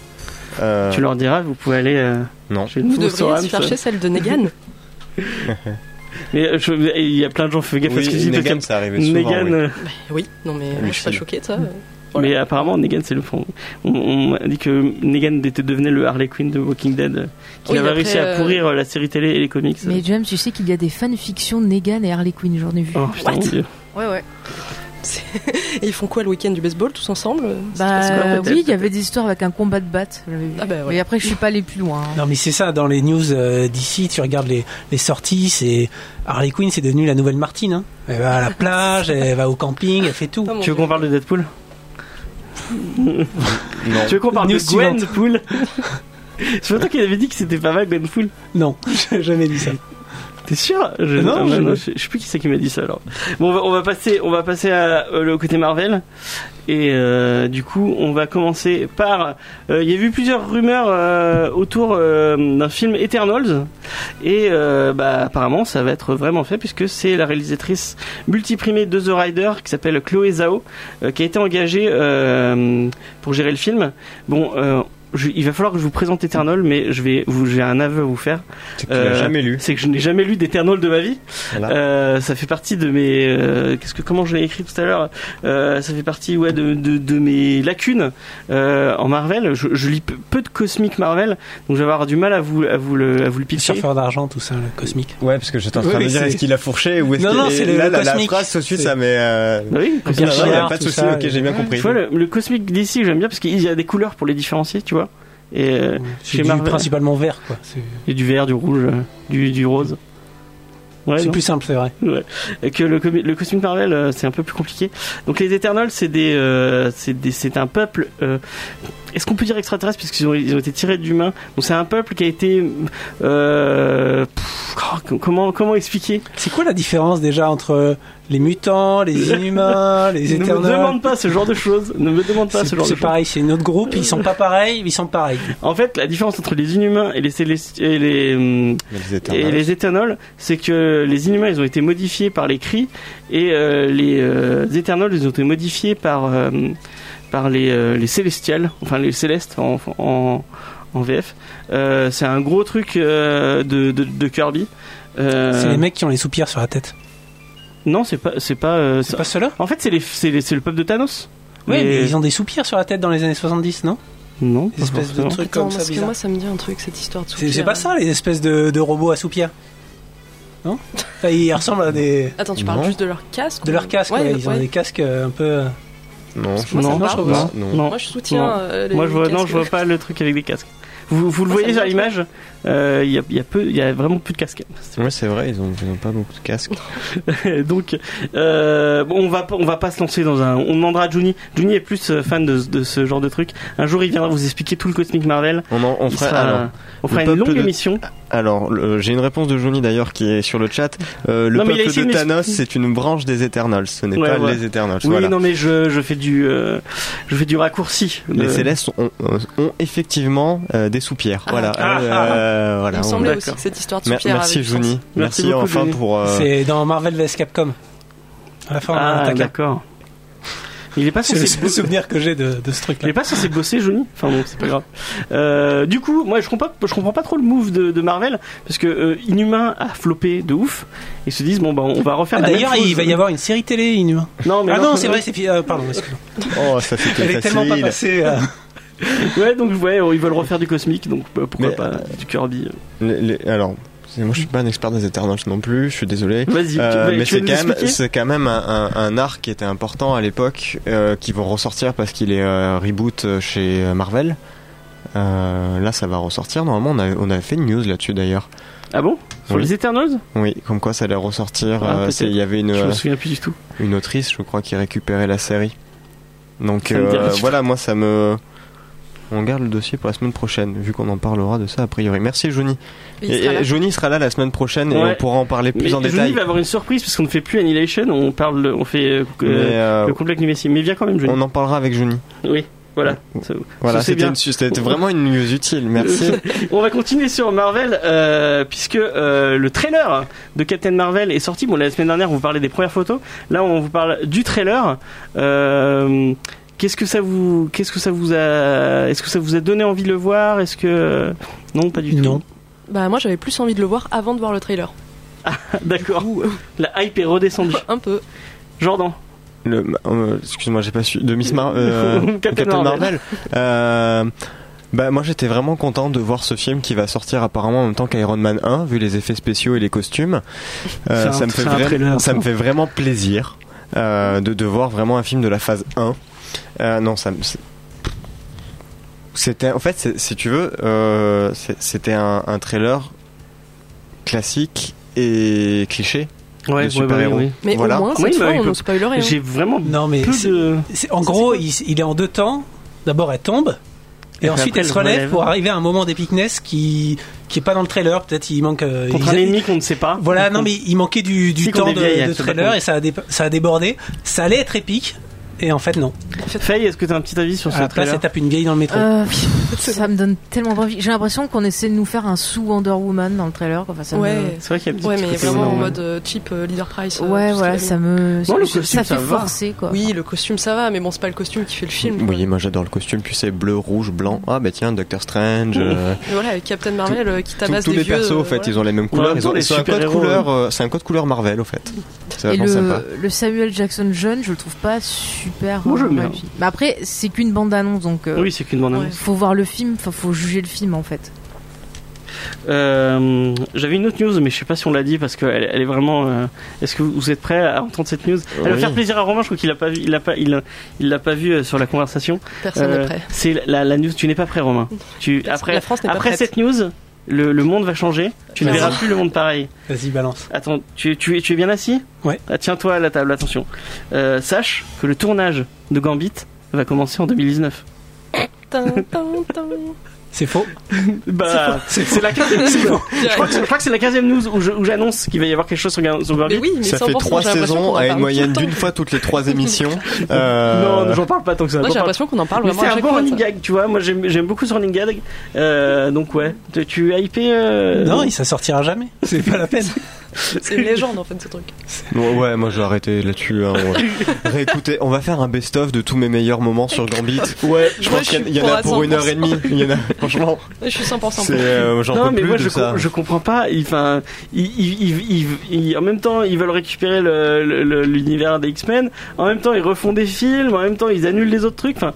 S4: Euh,
S1: Tu leur diras, vous pouvez aller euh,
S4: Non.
S1: chez le
S3: Vous
S1: Four Sorams.
S3: devriez chercher celle de Negan.
S1: Mais euh, je- il y a plein de gens, fais gaffe à ce
S4: Oui,
S1: que je dis, parce
S4: Negan,
S1: que
S4: ça arrivait souvent.
S1: Negan,
S4: oui.
S1: euh,
S3: oui, non mais moi, je suis pas
S4: Lucille.
S3: choquée de ça.
S1: mais apparemment Negan c'est le fond. On, on m'a dit que Negan était devenait le Harley Quinn de Walking Dead, euh, qu'il
S3: Oui,
S1: avait
S3: après,
S1: réussi à
S3: euh,
S1: pourrir euh, la série télé et les comics.
S5: Mais James, tu sais qu'il y a des fanfictions de Negan et Harley Quinn, j'en ai vu.
S1: Oh putain, mon dieu.
S5: Ouais, ouais.
S3: Et ils font quoi le week-end du baseball tous ensemble
S5: Bah
S3: C'est quoi,
S5: euh, oui, il y avait des histoires avec un combat de batte. j'avais vu.
S3: Ah bah ouais.
S5: Mais après, je suis pas allé plus loin. hein.
S2: Non mais c'est ça, dans les news euh, d'ici, tu regardes les, les sorties, c'est Harley Quinn, c'est devenue la nouvelle Martine. hein. Elle va à la plage, elle va au camping, elle fait tout.
S3: Oh, mon
S1: Tu veux
S3: Dieu.
S1: qu'on parle de Deadpool
S4: Non.
S1: Tu veux qu'on parle
S2: News
S1: de
S2: suivante.
S1: Gwenpool C'est pas toi qui avait dit que c'était pas mal Gwenpool
S2: Non, j'ai jamais dit ça.
S1: T'es sûr je, ah,
S2: Non, je-
S1: je, je sais plus qui c'est qui m'a dit ça alors. Bon, on va, on va passer, on va passer à, euh, le côté Marvel. Et euh, du coup, on va commencer par. euh, Il y a eu plusieurs rumeurs euh, autour euh, d'un film Eternals. Et euh, bah, apparemment, ça va être vraiment fait puisque c'est la réalisatrice multiprimée de The Rider qui s'appelle Chloé Zhao euh, qui a été engagée euh, pour gérer le film. Bon. euh, je- il va falloir que je vous présente Eternals, mais je vais, vous, j'ai un aveu à vous faire.
S4: Tu
S1: Euh,
S4: l'as jamais lu. Ah.
S1: C'est que je n'ai jamais lu d'Eternal de ma vie.
S4: Voilà.
S1: Euh, ça fait partie de mes. euh, Qu'est-ce que comment je l'ai écrit tout à l'heure Euh, Ça fait partie ouais de, de, de mes lacunes euh, en Marvel. Je, je lis peu, peu de cosmique Marvel, donc je vais avoir du mal à vous à vous le à vous le
S2: Le
S1: pitcher.
S2: surfeur d'argent, tout ça, le cosmique.
S4: Ouais, parce que j'étais en
S2: Oui,
S4: train de
S2: mais
S4: dire
S2: c'est-
S4: est-ce qu'il a fourché ou est-ce
S2: Non,
S4: qu'il
S2: non,
S4: et
S2: c'est le-
S4: là,
S2: le
S4: la, la
S2: cosmique.
S4: phrase tout de suite,
S2: C'est-
S4: ça met. euh,
S1: Bah oui,
S4: non,
S2: Pierre
S4: non, il y a
S2: Chayard,
S4: pas de
S2: tout
S4: souci,
S2: ça,
S4: ok, j'ai bien compris.
S1: tu vois le, le cosmique d'ici j'aime bien parce qu'il y a des couleurs pour les différencier, tu vois. Et euh, chez
S2: C'est du-
S1: Marvel.
S2: principalement vert, quoi. C'est
S1: il y a du vert, du rouge, euh, du du rose. Ouais,
S2: c'est
S1: non
S2: plus simple, c'est vrai.
S1: Ouais. Et que le, comi- le Cosmic Marvel, euh, c'est un peu plus compliqué. Donc les Éternels, c'est des, euh, c'est des- c'est un peuple. euh, Est-ce qu'on peut dire extraterrestre parce qu'ils ont, ils ont été tirés d'humains Donc c'est un peuple qui a été, euh, pff, oh, comment, comment expliquer
S2: C'est quoi la différence déjà entre les mutants, les inhumains, les
S1: Ne me
S2: éternels
S1: demande pas ce genre de choses. Ne me demande pas
S2: C'est
S1: ce genre de
S2: c'est
S1: choses.
S2: pareil, c'est notre groupe, ils sont pas pareils, ils sont pareils.
S1: En fait, la différence entre les Inhumains et les célestes et les hum,
S4: Mais les Éternels.
S1: Et les Eternals, c'est que les Inhumains, ils ont été modifiés par les cris, et euh, les euh, Eternals, ils ont été modifiés par, euh, par les, euh, les Célestials, enfin les Célestes en, en, en VF. Euh, c'est un gros truc euh, de, de, de Kirby. Euh,
S2: C'est les mecs qui ont les soupirs sur la tête.
S1: Non, c'est pas. C'est pas, euh,
S2: C'est
S1: ça-
S2: pas ceux-là
S1: En fait, c'est les- c'est les- c'est le peuple de Thanos.
S2: Oui,
S1: Mais-
S2: mais ils ont des soupirs sur la tête dans les années 70, non
S1: Non, pas
S2: Des espèces de
S1: forcément.
S2: trucs
S3: Attends,
S2: comme
S3: parce
S2: ça
S3: que moi
S2: bizarres.
S3: ça me dit un truc cette histoire de
S2: C'est c'est
S3: soupir.
S2: pas ça, les espèces de, de robots à soupirs Non Enfin, Ils ressemblent à des.
S3: Attends, tu parles
S4: Non.
S3: juste de leur casque
S2: De
S3: ou-
S2: leur casque,
S3: Ouais,
S2: ouais,
S3: le-
S2: ils ont
S3: ouais.
S2: des casques euh, un peu.
S4: Non.
S3: Parce que moi, ça
S1: Non,
S3: me
S2: non,
S3: parle.
S2: je vois pas.
S4: Non.
S1: Non.
S3: Moi, je soutiens.
S1: Non.
S3: euh, les
S1: Moi, je vois, non,
S3: casques.
S1: je vois pas le truc avec des casques. Vous, vous le
S3: Moi, ça
S1: voyez
S3: me
S1: à
S3: dit
S1: l'image, euh, il y, a, il y, a peu- il y a vraiment peu de casques.
S4: Ouais, c'est vrai, ils ont, ils ont pas beaucoup de casques.
S1: Donc, euh, bon, on va pas- on va pas se lancer dans un. On demandera à Juni. Juni est plus euh, fan de, de ce genre de truc. Un jour, il viendra vous expliquer tout le Cosmic Marvel.
S4: On, en, on
S1: Il
S4: fera-
S1: sera-
S4: alors,
S1: on
S4: le
S1: fera une
S4: peuple
S1: longue
S4: de-
S1: émission.
S2: Ah,
S4: alors, le- j'ai une réponse de Johnny d'ailleurs qui est sur le chat. Euh, le
S1: Non, mais il a
S4: peuple
S1: essayé
S4: de
S1: de m'expliquer.
S4: Thanos, c'est une branche des Éternels. Ce n'est
S1: Ouais,
S4: pas
S1: ouais.
S4: les Éternels.
S1: Oui,
S4: voilà.
S1: non, mais je, je fais du euh, je fais du raccourci.
S4: Les
S1: Euh,
S4: célestes ont, ont- ont effectivement euh, des soupirs.
S3: Ah.
S4: voilà.
S1: Ah,
S4: Euh,
S3: Il
S4: voilà.
S3: me
S4: on-
S3: semblait
S1: d'accord.
S3: aussi que cette histoire de
S4: Mer-
S3: soupir
S4: Merci
S3: avait du
S4: Johnny.
S1: Merci
S4: Merci,
S1: beaucoup,
S4: enfin
S1: Johnny.
S4: pour. euh,
S2: C'est dans Marvel vs Capcom. À la fin, on
S1: Ah,
S2: attaque.
S1: d'accord. Il est pas
S2: C'est
S1: censé.
S2: le seul
S1: bosser-
S2: souvenir que j'ai de, de ce
S1: Il
S2: truc-là.
S1: est pas censé bosser, Johnny. Enfin bon, c'est pas grave. Euh, du coup, moi, je comprends pas, je comprends pas trop le move de, de Marvel parce que euh, Inhumain a floppé de ouf. Ils se disent bon bah on va refaire.
S2: Ah,
S1: la même
S2: D'ailleurs, il
S1: chose.
S2: va y avoir une série télé inhumain.
S1: Non mais
S2: Ah non, c'est vrai, c'est. fi- euh, pardon, excuse-moi.
S4: Oh, ça fait
S2: Elle est tellement pas
S4: facile.
S2: passée. euh,
S1: Ouais, donc ouais, ils veulent refaire du cosmique, donc euh, pourquoi
S4: Mais,
S1: pas du Kirby.
S4: Les- les- alors, c'est- moi je suis pas un expert des Eternals non plus, je suis désolé.
S1: Vas-y,
S4: Euh,
S1: tu,
S4: mais
S1: tu
S4: c'est
S1: veux nous
S4: quand, même,
S1: expliquer
S4: c'est quand même un, un- un arc qui était important à l'époque, euh, qui vont ressortir parce qu'il est euh, reboot euh, chez euh, Marvel. Euh, là, ça va ressortir. Normalement, on avait, on avait fait une news là-dessus d'ailleurs.
S1: Ah bon Sur
S4: Oui.
S1: les Eternals
S4: Oui, comme quoi ça allait ressortir.
S1: Ah,
S4: euh,
S1: peut-être.
S4: c'est- Il y avait une,
S1: Je me
S4: euh,
S1: souviens plus du tout.
S4: une autrice, je crois, qui récupérait la série. Donc
S1: Ça me dit
S4: euh,
S1: rien du
S4: voilà, moi ça me. On garde le dossier pour la semaine prochaine, vu qu'on en parlera de ça a priori. Merci Johnny.
S3: Et il
S4: Et,
S3: sera là.
S4: et Johnny sera là la semaine prochaine et
S1: Ouais.
S4: on pourra en parler plus
S1: Mais
S4: en
S1: Johnny
S4: détail.
S1: va avoir une surprise parce qu'on ne fait plus Annihilation, on parle, on fait euh,
S4: Mais, euh,
S1: le complexe numérique. Mais viens quand même, Johnny.
S4: on en parlera avec Johnny.
S1: Oui. Voilà. Ça-
S4: Voilà,
S1: c'est
S4: c'était
S1: bien.
S4: une- c'était vraiment une news utile. Merci.
S1: On va continuer sur Marvel euh, puisque euh, le trailer de Captain Marvel est sorti. Bon, la semaine dernière, on vous parlait des premières photos. Là, on vous parle du trailer. Euh, Qu'est-ce que ça vous, qu'est-ce que ça vous a, est-ce que ça vous a donné envie de le voir Est-ce que non, pas du tout.
S2: Non.
S3: Bah, moi, j'avais plus envie de le voir avant de voir le trailer.
S1: D'accord. La hype est redescendue.
S3: Un peu.
S1: Jordan.
S4: Le- euh, Excuse-moi, j'ai pas su. De Miss Mar euh,
S1: Captain
S4: Captain,
S1: Marvel.
S4: Marvel. Euh, bah, moi j'étais vraiment content de voir ce film qui va sortir apparemment en même temps qu'Iron Man 1, vu les effets spéciaux et les costumes. Euh,
S1: C'est un-
S4: ça, me
S1: c'est
S4: fait
S1: un
S4: vra-
S1: trailer.
S4: ça me fait vraiment plaisir euh, de, de voir vraiment un film de la phase 1. Euh, non, ça me- c'est- C'était en fait, c'est- si tu veux, euh, c'est- c'était un, un trailer classique et cliché.
S1: Ouais,
S4: Le super-héros.
S1: oui.
S3: Mais
S4: Voilà.
S3: au moins,
S1: Oui,
S3: cette
S1: bah,
S3: fois,
S1: il
S3: on
S1: peut-
S3: nous spoil rien.
S1: J'ai vraiment
S2: Non, mais.
S1: peu
S2: c'est- euh,
S1: de.
S2: c'est- En gros, il, il est en deux temps. D'abord, elle tombe. Et,
S1: Et
S2: ensuite,
S1: après,
S2: elle se
S1: elle
S2: relève,
S1: relève.
S2: pour arriver à un moment d'épicness qui qui est pas dans le trailer. Peut-être il manque. euh,
S1: Contre
S2: ils-
S1: un ennemi qu'on ne sait pas.
S2: Voilà, non mais il manquait du, du
S1: Si, qu'on
S2: temps
S1: est
S2: de,
S1: vieille,
S2: de
S1: elle se bat
S2: trailer
S1: contre.
S2: et ça a, dé- ça a débordé. Ça allait être épique et en fait non.
S1: Faye, est-ce que tu as un petit avis sur ce
S2: Après, ça
S1: trailer
S2: tape une vieille dans le métro.
S5: Euh, ça me donne tellement pas envie. J'ai l'impression qu'on essaie de nous faire un sous Wonder Woman dans le trailer. quoi. Enfin, ça me-
S3: hein. Ouais,
S1: C'est vrai qu'il y a un petit
S3: ouais,
S1: côté
S3: mais vraiment en
S1: énorme.
S3: mode euh, cheap euh, leader price. euh,
S5: Ouais,
S3: tout ce
S5: voilà,
S3: qu'il a
S5: ça me.
S1: Non, le
S5: ça-
S1: costume,
S5: ça
S1: ça
S5: fait
S1: va.
S5: forcer, quoi.
S3: mis. Oui, le costume ça va, mais bon, c'est pas le costume qui fait le film.
S4: Oui, moi j'adore le costume, puis c'est bleu, rouge, blanc. Ah bah tiens, Doctor Strange. euh,
S3: Mais Voilà, avec Captain Marvel euh, qui
S4: tous-
S3: tabasse
S4: tous
S3: des
S4: les
S3: vieux.
S4: persos,
S3: euh,
S4: en fait,
S3: voilà.
S4: ils ont les mêmes
S1: même
S4: couleurs.
S1: temps,
S4: Ils ont,
S1: les
S4: c'est un code
S1: super-héros,
S4: couleur, euh, c'est un code couleur Marvel, au fait. C'est
S5: Et
S4: vraiment sympa.
S5: le, le Samuel Jackson jeune, je le trouve pas super.
S1: Moi, j'aime
S5: euh,
S1: bien.
S5: magnifique. Mais après, c'est qu'une bande annonce, donc euh,
S1: Oui, c'est qu'une bande
S3: Ouais.
S1: annonce.
S5: faut voir le film, enfin, faut juger le film en fait.
S1: Euh, J'avais une autre news, mais je sais pas si on l'a dit parce qu'elle elle est vraiment. euh, Est-ce que vous, vous êtes prêts à entendre cette news Elle va
S4: Oui.
S1: faire plaisir à Romain, je crois qu'il l'a pas vu, il l'a pas, il, il l'a pas vu euh, sur la conversation.
S3: Personne
S1: Euh,
S3: après.
S1: C'est la, la news. Tu n'es pas prêt, Romain. Tu après
S3: la France n'est pas
S1: après
S3: prête.
S1: cette news, le, le monde va changer. Tu ne
S2: Vas-y.
S1: verras plus le monde pareil.
S2: Vas-y, balance.
S1: Attends, tu, tu, es- tu es bien assis
S2: Ouais.
S1: Ah, Tiens-toi à la table, attention. Euh, sache que le tournage de Gambit va commencer en 2019.
S3: Tin, tin, tin.
S2: C'est faux.
S1: Bah, c'est c'est la 15 news. Je crois que, je crois que c'est la 15 news où je- où j'annonce qu'il va y avoir quelque chose sur, Ga- sur Gambit.
S3: Mais oui, mais
S4: Ça
S3: 100%,
S4: fait trois
S3: j'ai l'impression qu'on en
S4: saisons à
S3: parle
S4: une
S3: tout
S4: moyenne
S3: le temps.
S4: d'une fois toutes les trois émissions. Euh,
S1: Non, j'en parle pas tant que ça.
S3: Moi,
S1: j'en
S3: j'ai
S1: parle
S3: l'impression qu'on en parle
S1: Mais
S3: vraiment
S1: c'est
S3: à
S1: un
S3: chaque
S1: bon
S3: fois.
S1: running
S3: ça.
S1: gag, tu vois. Moi, j'aime j'aime beaucoup ce running gag. Euh, donc, ouais. Tu, tu es hypé euh...
S2: Non, il- ça sortira jamais. C'est pas la peine.
S3: C'est une légende en fait ce truc.
S4: Ouais, ouais, moi je vais arrêter là-dessus. hein, ouais. Réécoutez, on va faire un best-of de tous mes meilleurs moments sur Gambit. Ouais, je
S3: Moi,
S4: pense
S3: je
S4: qu'il y
S3: suis
S4: en- il y en
S3: pour
S4: a
S3: à
S4: pour une heure et demie. Il y en a, franchement,
S3: Je suis 100%
S4: c'est,
S3: pour.
S4: euh, j'en
S1: Non,
S4: peux
S1: mais
S4: plus
S1: moi,
S4: de
S1: je,
S4: ça.
S1: com- je comprends pas. Enfin, ils, ils- ils- ils- ils- en même temps, ils veulent récupérer le- le- le- l'univers des X-Men. En même temps, ils refont des films. En même temps, ils annulent les autres trucs. Enfin,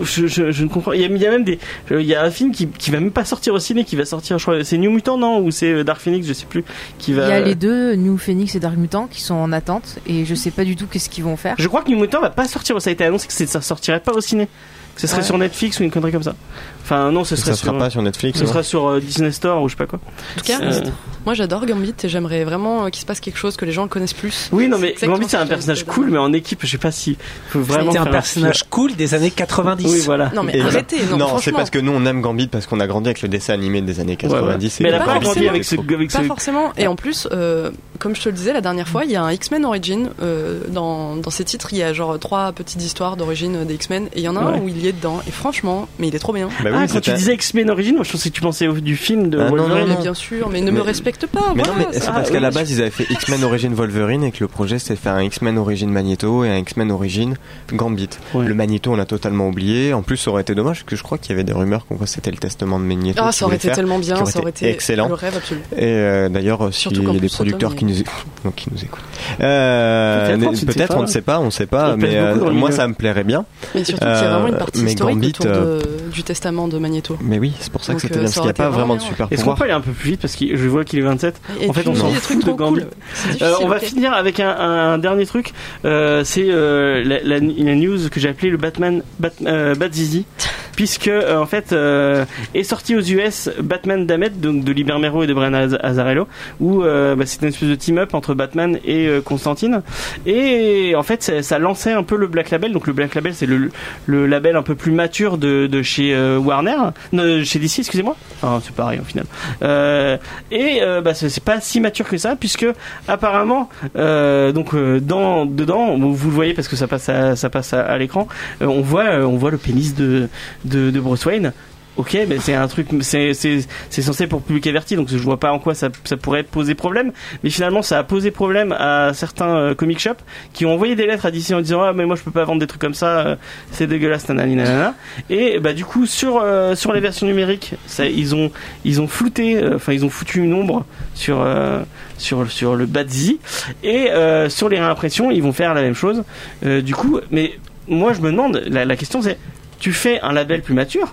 S1: je, je- je ne comprends. Il y, a, il y a même des. euh, Il y a un film qui, qui va même pas sortir au ciné, qui va sortir. Je crois c'est New Mutant, non Ou c'est euh, Dark Phoenix, je sais plus. Qui
S5: Il
S1: va.
S5: y a les deux, New Phoenix et Dark Mutant, qui sont en attente et je sais pas du tout qu'est-ce qu'ils vont faire.
S1: Je crois que New Mutant va pas sortir. Ça a été annoncé que c'est- ça sortirait pas au ciné. Que ce serait
S3: Ouais.
S1: sur Netflix ou une connerie comme ça. Enfin, non, ce serait
S4: Ça
S1: sur.
S4: sera pas sur Netflix. hein.
S1: Ce
S4: non
S1: sera sur euh, Disney Store ou je sais pas quoi.
S3: En tout cas,
S1: Euh,
S3: moi j'adore Gambit et j'aimerais vraiment euh, qu'il se passe quelque chose que les gens le connaissent plus.
S1: oui, non, mais
S3: exactement
S1: Gambit c'est
S3: ce
S1: un
S3: que
S1: personnage
S3: j'avais
S1: cool, mais en équipe, je sais pas si faut vraiment.
S2: C'était un
S1: faire
S2: personnage cool des années 90.
S1: Oui, voilà.
S3: Non mais
S4: Et-
S3: arrêtez, non,
S4: non, c'est
S3: franchement.
S4: parce que nous on aime Gambit parce qu'on a grandi avec le dessin animé des années
S1: Ouais, ouais.
S4: 90. et
S1: Mais elle a
S3: pas
S1: pas
S4: Gambit,
S1: grandi
S4: c'est
S1: avec ce.
S4: trop
S1: Avec ce...
S3: Pas forcément. Et en plus, euh, comme je te le disais la dernière fois, il y a un X-Men Origin. euh, dans, dans ces titres, il y a genre trois petites histoires d'origine euh, des X-Men. Et il y en a un
S1: Ouais.
S3: où il y est dedans. Et franchement, mais il est trop bien.
S4: Bah oui,
S1: ah, quand
S4: c'était-
S1: tu disais X-Men Origins, moi je pensais que tu pensais au, du film de
S4: Ah, non, non,
S1: Wolverine.
S3: Mais bien sûr, mais ne
S4: Mais-
S3: me respecte pas.
S4: Mais
S3: voilà,
S4: non, mais c'est
S3: ça-
S4: parce
S1: ah,
S4: qu'à la
S1: oui.
S4: base ils avaient fait X-Men Origin Wolverine et que le projet c'était de faire un X-Men Origin Magneto et un X-Men Origin Gambit.
S1: Ouais.
S4: Le Magneto on l'a totalement oublié. En plus, ça aurait été dommage parce que je crois qu'il y avait des rumeurs qu'on c'était le testament de Magneto.
S3: Ah,
S4: qu'ils
S3: ça aurait
S4: voulaient
S3: été
S4: faire.
S3: tellement bien,
S4: qui aurait
S3: ça aurait
S4: été
S3: été
S4: excellent.
S3: le rêve absolu.
S4: Et euh, d'ailleurs, euh, s'il
S3: Surtout
S4: y
S3: qu'en
S4: a des
S3: plus, cet
S4: producteurs
S3: homme,
S4: qui nous, é- non, qui nous écoutent, Euh,
S1: Peut-être,
S4: mais-
S1: on ne sait
S4: peut-être,
S1: pas.
S4: on ne sait pas, on ne sait pas,
S1: Ça pèse
S4: mais euh,
S1: beaucoup dans le
S4: moi
S1: milieu.
S4: ça me plairait bien.
S3: Mais surtout qu'il y a
S4: Euh,
S3: vraiment une partie
S4: mais
S3: historique
S4: Gambit,
S3: autour de- du testament de Magneto.
S4: Mais oui, c'est pour ça
S3: Donc,
S4: que c'était
S3: euh,
S4: bien,
S3: ça
S4: parce qu'il n'y a
S3: aurait été
S4: pas vraiment
S3: vraiment
S4: de
S3: bien,
S4: super
S1: Est-ce qu'on
S4: pouvoir.
S1: peut aller un peu plus vite parce que je vois qu'il est 27.
S3: Et
S1: En fait,
S3: puis,
S1: on
S3: il
S4: s'en
S3: y a des
S1: fout
S3: trucs
S1: de
S3: trop
S1: Gambit.
S3: cool.
S1: Euh,
S3: C'est
S1: on
S3: difficile,
S1: va
S3: ok.
S1: finir avec un, un dernier truc. Euh, c'est euh, la, la- la news que j'ai appelée le Batman Bat, euh, Batzizi, puisque euh, en fait euh, est sorti aux US Batman Damet donc de Libermero et de Brian Az- Azzarello, où euh, bah, c'était une espèce de team-up entre Batman et euh, Constantine. Et en fait, ça, ça lançait un peu le Black Label. Donc le Black Label, c'est le, le label un peu plus mature de, de chez euh, Warner, non, de chez DC, excusez-moi. Enfin, c'est pareil au final. Euh, et euh, bah, c'est c'est pas si mature que ça, puisque apparemment, euh, donc euh, dans dedans, vous vous le voyez parce que ça passe à, ça passe à, à l'écran, euh, on voit euh, on voit le pénis de de, de Bruce Wayne. Ok, mais c'est un truc, c'est c'est c'est censé pour public averti, donc je vois pas en quoi ça ça pourrait poser problème. Mais finalement, ça a posé problème à certains euh, comic shops qui ont envoyé des lettres à DC en disant ah mais moi je peux pas vendre des trucs comme ça, euh, c'est dégueulasse, nanani, nanana. Et bah du coup sur euh, sur les versions numériques, ça, ils ont ils ont flouté, euh, enfin ils ont foutu une ombre sur euh, sur sur le Badzi et euh, sur les réimpressions ils vont faire la même chose Euh, du coup mais moi je me demande la, la question c'est tu fais un label plus mature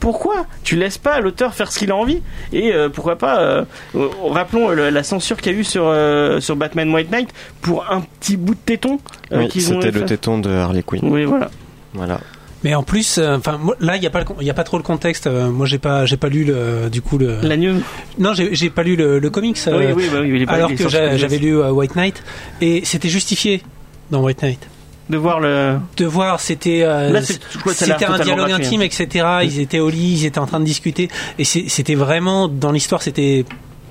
S1: pourquoi tu laisses pas l'auteur faire ce qu'il a envie et euh, pourquoi pas euh, euh, rappelons euh, le- la censure qu'il y a eu sur euh, sur Batman White Knight pour un petit bout de téton euh,
S4: Oui,
S1: qu'ils ont Mm.
S4: c'était le
S1: fait.
S4: téton de Harley Quinn.
S1: oui voilà
S4: Voilà.
S2: Mais en plus, euh, enfin moi, là, il y a pas, le con- il y a pas trop le contexte. Euh, moi, j'ai pas, j'ai pas lu le, du coup le.
S1: la news
S2: Non, j'ai j'ai pas lu le, le comics.
S1: Ah oui
S2: euh,
S1: oui bah oui il est pas-
S2: alors
S1: il est
S2: que
S1: sorti
S2: j'a-
S1: sur-
S2: j'avais lu euh, White Knight et c'était justifié dans White Knight.
S1: de voir le.
S2: de voir, c'était euh,
S1: Là, c'est- je crois que ça a l'air
S2: c'était un
S1: totalement
S2: dialogue
S1: gratuit, hein.
S2: intime, etc. Ils étaient au lit, ils étaient en train de discuter, et c'est- c'était vraiment dans l'histoire, c'était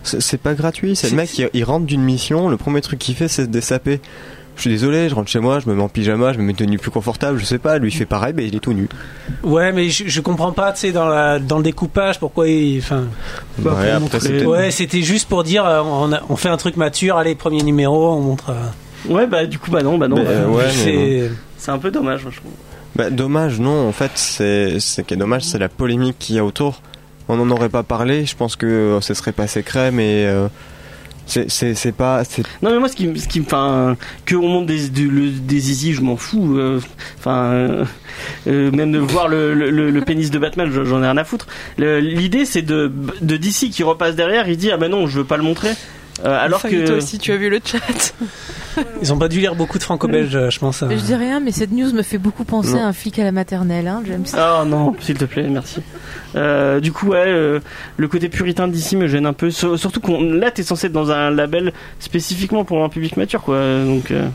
S4: C'est c'est pas gratuit, c'est
S2: C'est-
S4: le mec, il, il rentre d'une mission, le premier truc qu'il fait, c'est se dessaper. Je suis désolé, je rentre chez moi, je me mets en pyjama, je me mets une tenue plus confortable, je sais pas, lui il fait pareil, mais il est tout nu.
S2: ouais, mais je, je comprends pas, tu sais, dans la dans le découpage, pourquoi, il- enfin,
S1: Bah,
S4: Ouais,
S1: pour
S4: après, c'est
S1: montrer-
S4: peut-être-
S2: ouais, c'était juste pour dire, euh, on, a- on fait un truc mature, allez, premier numéro, on montre. euh,
S1: Ouais, bah du coup, bah non, bah non.
S4: Mais,
S1: bah,
S4: euh, ouais, mais
S2: c'est-
S1: C'est un peu dommage, moi, je trouve.
S4: Bah, dommage, non, en fait, c'est c'est qui est dommage, c'est la polémique qu'il y a autour. On n'en aurait pas parlé, je pense que euh, ce serait passé crème et. euh, c'est- c'est c'est pas. c'est-
S1: Non, mais moi, ce qui, me- ce qui me. Enfin, que on monte des, du- le- des zizi, je m'en fous. euh, Enfin, euh, euh, même de voir le, le- le- le pénis de Batman, je- j'en ai rien à foutre. Le- L'idée, c'est de, de DC qui repasse derrière, il dit Ah bah non, je veux pas le montrer. Euh, alors
S3: Fabio, toi
S1: que.
S3: aussi, tu as vu le chat.
S2: Ils ont pas dû lire beaucoup de franco-belges, euh, je pense. euh.
S5: Je dis rien, mais cette news me fait beaucoup penser
S4: Non.
S5: à un flic à la maternelle, hein, James.
S1: Oh non, s'il te plaît, merci. Euh, du coup, ouais, euh, le côté puritain d'ici me gêne un peu. Sur- Surtout qu'on là, t'es censé être dans un label spécifiquement pour un public mature, quoi. Donc, euh,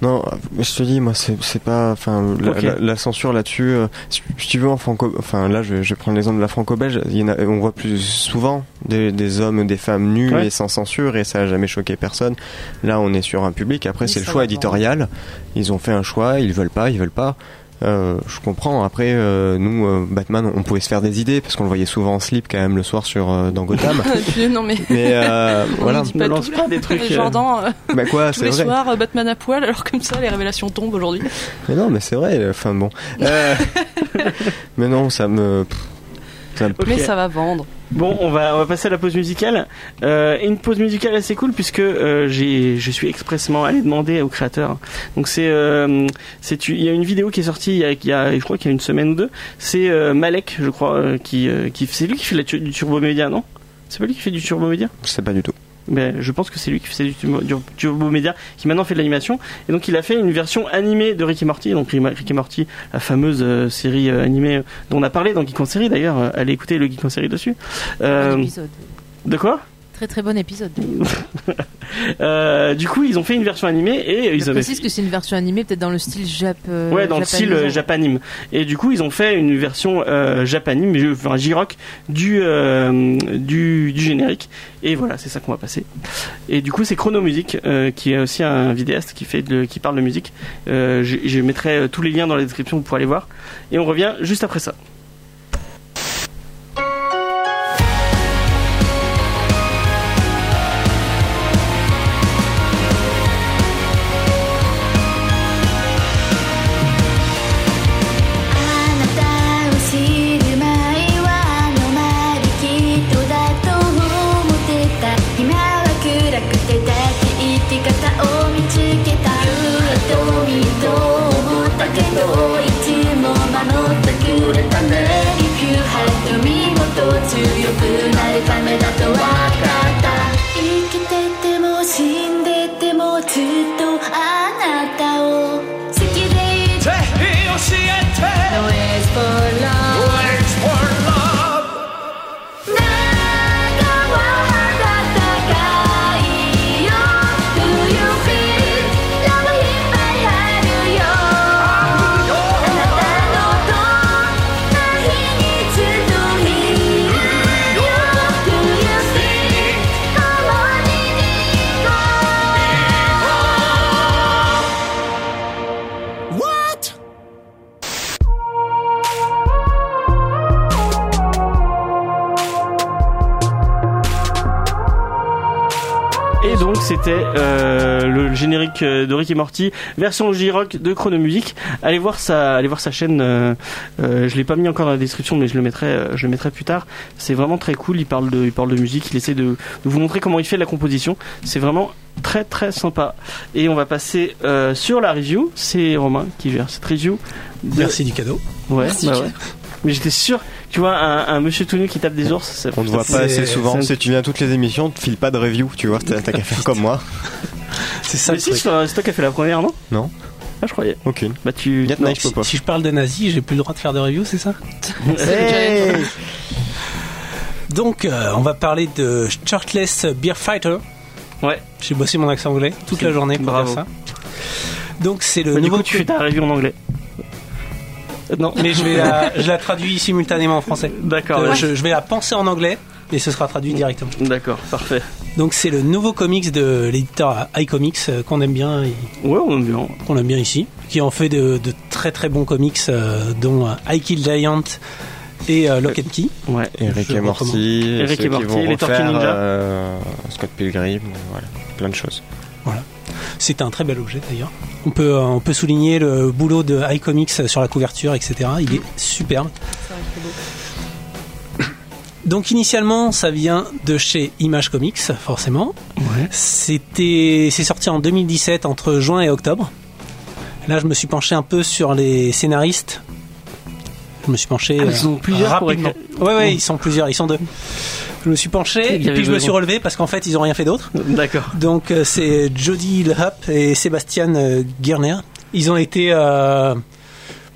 S4: Non, mais je te dis, moi, c'est c'est pas. Enfin, la,
S1: Ok.
S4: la- la censure là-dessus. euh, si, si tu veux, en franco. Enfin, là, je, vais- je vais prendre l'exemple de la franco-belge. il y en a- On voit plus souvent des, des hommes ou des femmes nus
S1: Ouais.
S4: et sans censure, et ça a jamais choqué personne. Là, on est sur un public. Après,
S3: Oui,
S4: c'est le
S3: ça
S4: choix
S3: va,
S4: éditorial. Ils ont fait un choix, ils veulent pas, ils veulent pas. Euh, je comprends. Après, euh, nous, euh, Batman, on pouvait se faire des idées parce qu'on le voyait souvent en slip quand même le soir sur euh, dans Gotham.
S3: Tu- non, mais.
S4: Mais euh, voilà.
S3: On dit
S1: ne
S3: pas tout,
S1: lance
S3: là.
S1: pas des trucs, euh,
S3: Genre dans, euh,
S4: Bah quoi,
S3: tous
S4: c'est
S3: les
S4: vrai.
S3: soirs, euh, Batman à poil, alors comme ça, les révélations tombent aujourd'hui.
S4: Mais non, mais c'est vrai. Enfin bon. Euh, mais non, ça me. Ça me...
S1: ok.
S3: Mais ça va vendre.
S1: Bon, on va, on va passer à la pause musicale. Euh, et une pause musicale assez cool puisque euh, j'ai, je suis expressément allé demander au créateur. Donc c'est, euh, c'est, il y a une vidéo qui est sortie il y a, il y a- je crois qu'il y a une semaine ou deux. C'est euh, Malek, je crois, euh, qui, euh, qui, c'est lui qui fait la tu- du Turbo Média, non C'est pas lui qui fait du Turbo Média
S4: Je sais pas du tout.
S1: Ben, je pense que c'est lui qui faisait du Turbo- du Turbo Media, qui maintenant fait de l'animation. Et donc, il a fait une version animée de Rick et Morty. Donc, Rick et Morty, la fameuse euh, série euh, animée dont on a parlé dans Geek en série d'ailleurs. Euh, Allez écouter le Geek en série dessus. Euh,
S5: Bon épisode.
S1: de quoi
S5: Très très bon épisode.
S1: Euh, Du coup, ils ont fait une version animée et euh,
S5: Je
S1: ils avaient.
S5: précise que c'est une version animée, peut-être dans le style Jap. euh,
S1: Ouais, dans le style euh,
S5: japonisant.
S1: japanime. Et du coup, ils ont fait une version euh, japanime, mais je- enfin J-Rock, du, euh, du, du générique. Et voilà, c'est ça qu'on va passer. Et du coup, c'est Chrono Music, euh, qui est aussi un vidéaste qui, fait de, qui parle de musique. Euh, je, je mettrai euh, tous les liens dans la description pour aller voir. Et on revient juste après ça.
S6: 「あなたを知る前はのまりきっとだと思ってた」「今は暗くてだって生き方を見つけた」「ずっと見と思ったけどいつも守ってくれたね」「If you had to me もっと強くなるためだとわかった」「生きてても死んでてもずっとあなたを好きでいる」
S7: ぜひ教えて
S6: No words for love
S7: Words for love
S6: 長は暖かいよ Do you feel love いっぱいあるよあなたのどんな日にずっといるよ Do you feel 共に行こう
S1: Et donc, c'était euh, le générique euh, de Rick et Morty, version J-Rock de Chrono Music. Allez voir sa, allez voir sa chaîne. euh, euh, je l'ai pas mis encore dans la description, mais je le mettrai, euh, je le mettrai plus tard. C'est vraiment très cool. Il parle de, il parle de musique. Il essaie de, de vous montrer comment il fait de la composition. C'est vraiment très très sympa. Et on va passer euh, sur la review. C'est Romain qui gère cette review. de-
S2: Merci du cadeau.
S1: Ouais,
S3: Merci.
S1: bah ouais. Mais j'étais sûr, tu vois, un, un monsieur tout nu qui tape des ours, ça-
S4: On ne voit
S2: C'est-
S4: pas assez souvent.
S1: c'est-
S4: Si tu viens à toutes les émissions, tu files pas de review, tu vois. T'as t'as qu'à faire comme moi.
S2: C'est ça
S1: Mais
S2: le
S1: si,
S2: truc.
S1: c'est toi c'est toi qui as fait la première, non
S4: Non.
S1: Ah, je croyais.
S4: Aucune.
S1: Bah, tu.
S4: Yet
S1: non.
S4: Night, je peux pas.
S2: Si je parle de nazis, j'ai plus le droit de faire de review, c'est ça
S3: Hey
S2: Donc, euh, on va parler de Shirtless Beer Fighter.
S1: Ouais.
S2: J'ai bossé mon accent anglais toute
S1: C'est-
S2: la journée pour
S1: bravo.
S2: faire ça. Donc c'est le
S1: Bah, du
S2: nouveau
S1: coup, tu fais ta review en anglais. Euh, Non,
S2: mais je vais la, je la traduis simultanément en français.
S1: d'accord,
S2: Euh,
S1: ouais.
S2: je, je vais la penser en anglais et ce sera traduit directement.
S1: d'accord, parfait.
S2: Donc c'est le nouveau comics de l'éditeur iComics euh, qu'on aime bien, et
S1: Ouais, on aime bien.
S2: qu'on aime bien ici, qui en fait de, de très très bons comics euh, dont euh, I Kill Giant et euh, Lock and Key.
S1: Ouais.
S4: Eric
S2: Je
S4: et Morty,
S1: Eric et
S4: ceux qui
S1: Morty,
S4: vont
S1: les Tortues
S4: refaire,
S1: Ninja.
S4: euh, Scott Pilgrim, voilà, plein de choses.
S2: C'est un très bel objet d'ailleurs. On peut euh, on peut souligner le boulot de iComics sur la couverture, etc. Il est superbe.
S3: C'est vrai que c'est beau.
S2: Donc initialement, ça vient de chez Image Comics, forcément.
S1: Ouais.
S2: C'était, c'est sorti en 2017 entre juin et octobre. Là, je me suis penché un peu sur les scénaristes. Je me suis penché.
S1: Ah,
S2: euh,
S1: ils sont plusieurs pour
S2: rapidement.
S1: écrire.
S2: Ouais, ouais,
S1: Ouais.
S2: ils sont plusieurs, ils sont deux. Je me suis penché et
S1: Il y avait
S2: puis je me
S1: besoin.
S2: suis relevé parce qu'en fait, ils ont rien fait d'autre.
S1: D'accord.
S2: Donc euh, c'est Jody Lehap et Sébastien euh, Guerner. Ils ont été euh,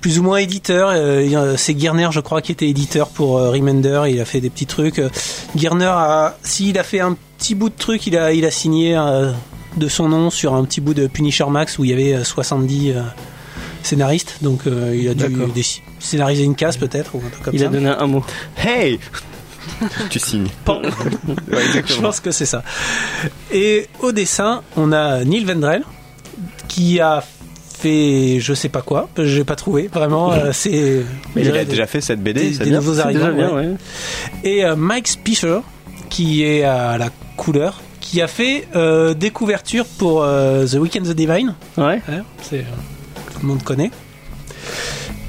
S2: plus ou moins éditeurs. Euh, il y a- c'est Guerner, je crois, qui était éditeur pour euh, Remender. Il a fait des petits trucs. Euh, Guerner, a, s'il a fait un petit bout de truc, il a, il a signé euh, de son nom sur un petit bout de Punisher Max où il y avait euh, 70 euh, scénaristes. Donc euh, il a dû
S1: D'accord.
S2: déci- scénariser une case peut-être ou un truc comme
S1: Il
S2: ça.
S1: a donné un mot.
S4: Hey Tu signes. Ouais,
S2: Je
S4: exactement.
S2: pense que c'est ça. Et au dessin, on a Neil Vendrell qui a fait je sais pas quoi, je n'ai pas trouvé vraiment. euh, c'est
S4: Mais
S2: je
S4: il a
S2: dirais
S4: déjà fait cette
S2: des,
S4: BD,
S2: des-
S4: c'est
S2: des
S4: bien.
S2: nouveaux
S1: C'est
S2: arrivants.
S1: déjà bien,
S2: ouais.
S1: ouais.
S2: Et euh, Mike Spisher qui est à la couleur, qui a fait euh, des couvertures pour euh, The Weekend the Divine.
S1: Ouais.
S2: Ouais, c'est euh, tout le monde connaît.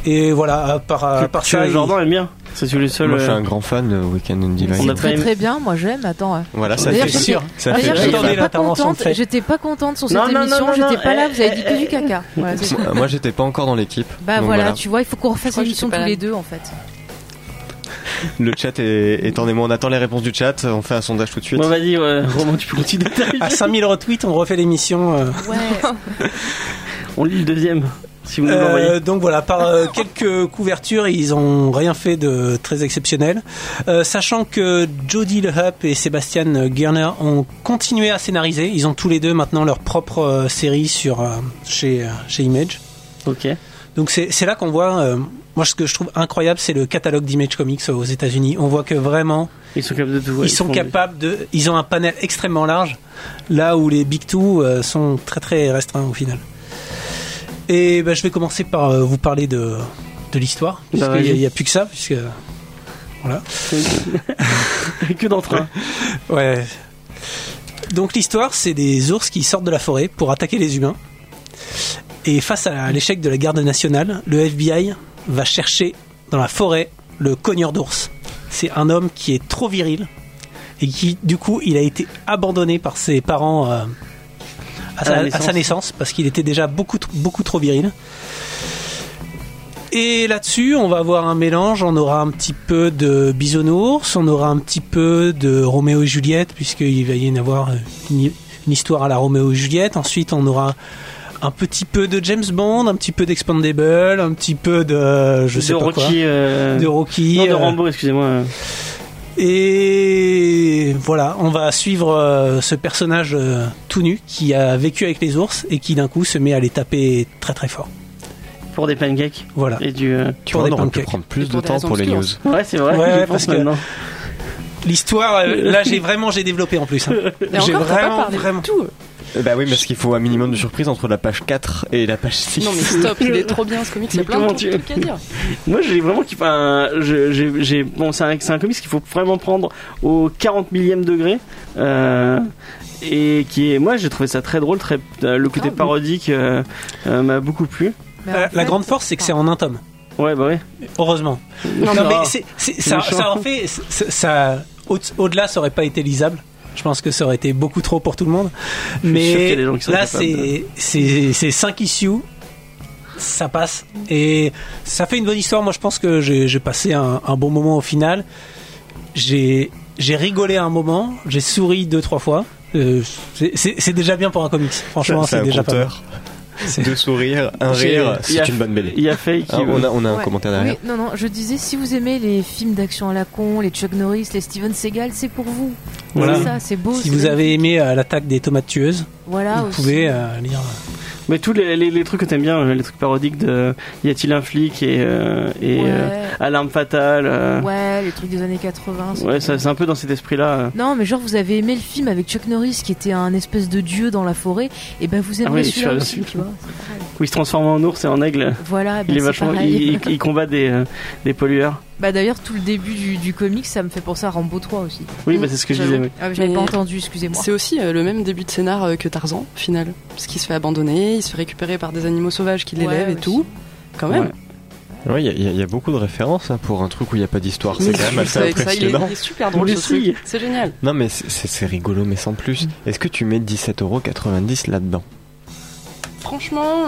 S2: Et voilà, à part, à part
S1: Parce
S2: ça,
S1: que
S2: il-
S1: Jordan aime bien. C'est celui le seul.
S4: Moi, je suis
S1: euh,
S4: un grand fan de Weekend and Divine.
S1: On a
S5: Très
S1: Ouais.
S5: très bien, moi j'aime, attends. ouais.
S4: Voilà, ça
S5: D'ailleurs,
S4: fait
S2: c'est sûr.
S4: Ça fait
S5: D'ailleurs,
S2: plaisir.
S5: j'étais
S2: Attendez
S5: pas
S2: l'intervention de
S5: contente.
S2: Faye.
S5: J'étais pas contente sur cette
S1: Non, non, non,
S5: émission.
S1: non,
S5: J'étais
S1: non,
S5: pas là.
S1: eh,
S5: Vous avez dit que
S1: eh,
S5: du caca. Voilà, c'est ça.
S4: Moi, j'étais pas encore dans l'équipe.
S5: Bah
S4: donc
S5: voilà, tu vois, il faut qu'on refasse
S3: Je crois que
S5: l'émission
S3: j'étais pas
S5: tous
S3: là.
S5: les deux en fait.
S4: Le chat est, est en émoi. On attend les réponses du chat. On fait un sondage tout de suite.
S1: Bon, vas-y, ouais, Romain, tu peux continuer.
S2: à 5000 retweets, on refait l'émission. euh,
S5: Ouais.
S1: On lit le deuxième, si vous nous
S2: Euh,
S1: l'envoyez.
S2: donc voilà, par euh, quelques couvertures, ils ont rien fait de très exceptionnel. Euh, sachant que Jody Lehup et Sébastien Gerner ont continué à scénariser, ils ont tous les deux maintenant leur propre euh, série sur euh, chez euh, chez Image.
S1: Ok.
S2: Donc c'est c'est là qu'on voit. euh, moi, ce que je trouve incroyable, c'est le catalogue d'Image Comics aux États-Unis. On voit que vraiment,
S1: Ils sont capables de tout. ouais,
S2: ils sont
S1: font-
S2: capables de. Ils ont un panel extrêmement large, là où les Big Two euh, sont très très restreints au final. Et ben, je vais commencer par euh, vous parler de, de l'histoire, puisqu'il
S1: Bah, vas-y.
S2: n'y a, plus que ça, puisque.
S1: que d'entrain.
S2: Ouais. Donc l'histoire, c'est des ours qui sortent de la forêt pour attaquer les humains. Et face à l'échec de la garde nationale, le FBI va chercher dans la forêt le cogneur d'ours. C'est un homme qui est trop viril et qui, du coup, il a été abandonné par ses parents euh, à, sa,
S1: la
S2: à
S1: naissance.
S2: sa naissance parce qu'il était déjà beaucoup, tr- beaucoup trop viril. Et là-dessus, on va avoir un mélange. On aura un petit peu de bisounours, on aura un petit peu de Roméo et Juliette, puisqu'il va y en avoir euh, une, une histoire à la Roméo et Juliette. Ensuite, on aura un petit peu de James Bond, un petit peu d'Expandable, un petit peu de. Je sais
S1: de
S2: pas
S1: Rocky.
S2: quoi.
S1: euh,
S2: De Rocky.
S1: non, de
S2: euh,
S1: Rambo, excusez-moi. euh,
S2: et voilà, on va suivre euh, ce personnage euh, tout nu qui a vécu avec les ours et qui d'un coup se met à les taper très très fort.
S1: Pour des pancakes.
S2: Voilà.
S1: Et du. euh,
S4: Tu
S2: pour
S4: vois,
S2: des
S4: on aurait pu
S2: pancakes.
S4: prendre
S3: Et
S4: plus de
S3: pour des
S4: temps
S3: raisons
S4: pour les
S3: obscures.
S4: news.
S1: Ouais, c'est vrai.
S2: Ouais,
S1: j'y
S2: ouais,
S1: pense
S2: parce que-
S1: maintenant.
S2: L'histoire, euh, là j'ai vraiment j'ai développé en plus. hein.
S3: Et
S2: J'ai
S3: encore, t'as pas
S2: vraiment,
S3: parlé
S2: vraiment-
S3: de tout.
S4: Euh, Bah oui, parce qu'il faut un minimum de surprise entre la page 4 et la page 6.
S3: Non mais stop, il est trop bien ce comic, il y
S1: Mais
S3: a plein de
S1: comment
S3: trucs
S1: tu-
S3: trucs à dire.
S1: Moi, j'ai vraiment qui. Enfin, je- j'ai. j'ai- Bon, c'est un, c'est un comics qu'il faut vraiment prendre au 40 millième degré. euh, et qui est. Moi, j'ai trouvé ça très drôle. Très, euh, le côté
S5: Grave.
S1: parodique euh, euh, m'a beaucoup plu.
S5: Mais
S2: Euh,
S5: en
S2: La
S5: fait,
S2: grande force,
S3: Ah.
S2: c'est que c'est en un tome.
S1: Ouais, bah ouais.
S2: Heureusement.
S1: Non,
S2: Non, mais c'est- c'est- ça,
S1: méchant.
S2: ça en fait, ça, ça- au- au-delà, ça aurait pas été lisable. Je pense que ça aurait été beaucoup trop pour tout le monde.
S1: suis sûr qu'il y a
S2: Mais
S1: des gens qui seraient
S2: là,
S1: capables
S2: c'est c'est- c'est cinq issues, ça passe et ça fait une bonne histoire. Moi, je pense que j'ai j'ai passé un, un bon moment au final. J'ai j'ai rigolé à un moment, j'ai souri deux trois fois. Euh, c'est- c'est c'est déjà bien pour un comics. Franchement,
S4: C'est
S2: c'est
S4: un
S2: déjà pas mal.
S4: compteur,
S2: C'est-
S4: deux sourires, un
S1: J'ai-
S4: rire.
S1: il y a-
S4: C'est une bonne BD.
S1: Il y a Faye qui.
S4: Ah, on a, on a
S2: euh,
S4: un
S5: ouais.
S4: commentaire derrière.
S5: Oui, non, non, je disais, si vous aimez les films d'action à la con, les Chuck Norris, les Steven Seagal, c'est pour vous.
S1: Voilà.
S5: C'est ça, c'est beau.
S2: Si
S5: c'est
S2: vous
S5: beau.
S2: avez aimé euh, l'attaque des tomates tueuses,
S5: Voilà
S2: vous
S5: Ah, aussi.
S2: pouvez euh, lire.
S1: Mais tous les, les, les trucs que t'aimes bien, euh, les trucs parodiques de Y a-t-il un flic et, euh, et
S5: Ouais.
S1: euh, Alarme fatale. euh,
S5: Ouais, les trucs des années 80. c'est-
S1: ouais, ça- c'est un peu dans cet esprit-là. euh.
S5: Non, mais genre vous avez aimé le film avec Chuck Norris qui était un espèce de dieu dans la forêt, et ben vous aimez
S1: Ah oui,
S5: celui-là
S1: celui-là,
S5: aussi,
S1: bien sûr.
S5: tu vois.
S1: Où il se transforme en ours et en aigle.
S5: Voilà, ben
S1: il est
S5: c'est
S1: vachement.
S5: pareil.
S1: Il, il- il combat des, euh, des pollueurs.
S5: Bah d'ailleurs tout le début du, du comic ça me fait penser à Rambo 3 aussi.
S1: Oui, bah, c'est ce que je disais. oui.
S5: Ah, J'avais
S3: Mais-
S5: pas entendu, excusez-moi.
S3: C'est aussi euh, le même début de scénar euh, que Tarzan, au final. Parce qu'il se fait abandonner, il se fait récupérer par des animaux sauvages qui
S5: Ouais,
S3: l'élèvent et
S5: aussi.
S3: tout. Quand même.
S1: Ouais.
S4: Ouais, il y a- il y, a- il y a beaucoup de références hein, pour un truc où il n'y a pas d'histoire. C'est
S3: Mais
S4: quand même
S3: je suis
S4: assez
S3: avec ça, il est,
S4: impressionnant.
S3: il est super drôle
S1: les
S3: ce truc.
S1: souille.
S3: C'est génial.
S4: Non, mais c'est- c'est c'est rigolo, mais sans
S3: Mm.
S4: plus. Est-ce que tu mets 17,90€ là-dedans
S3: Franchement,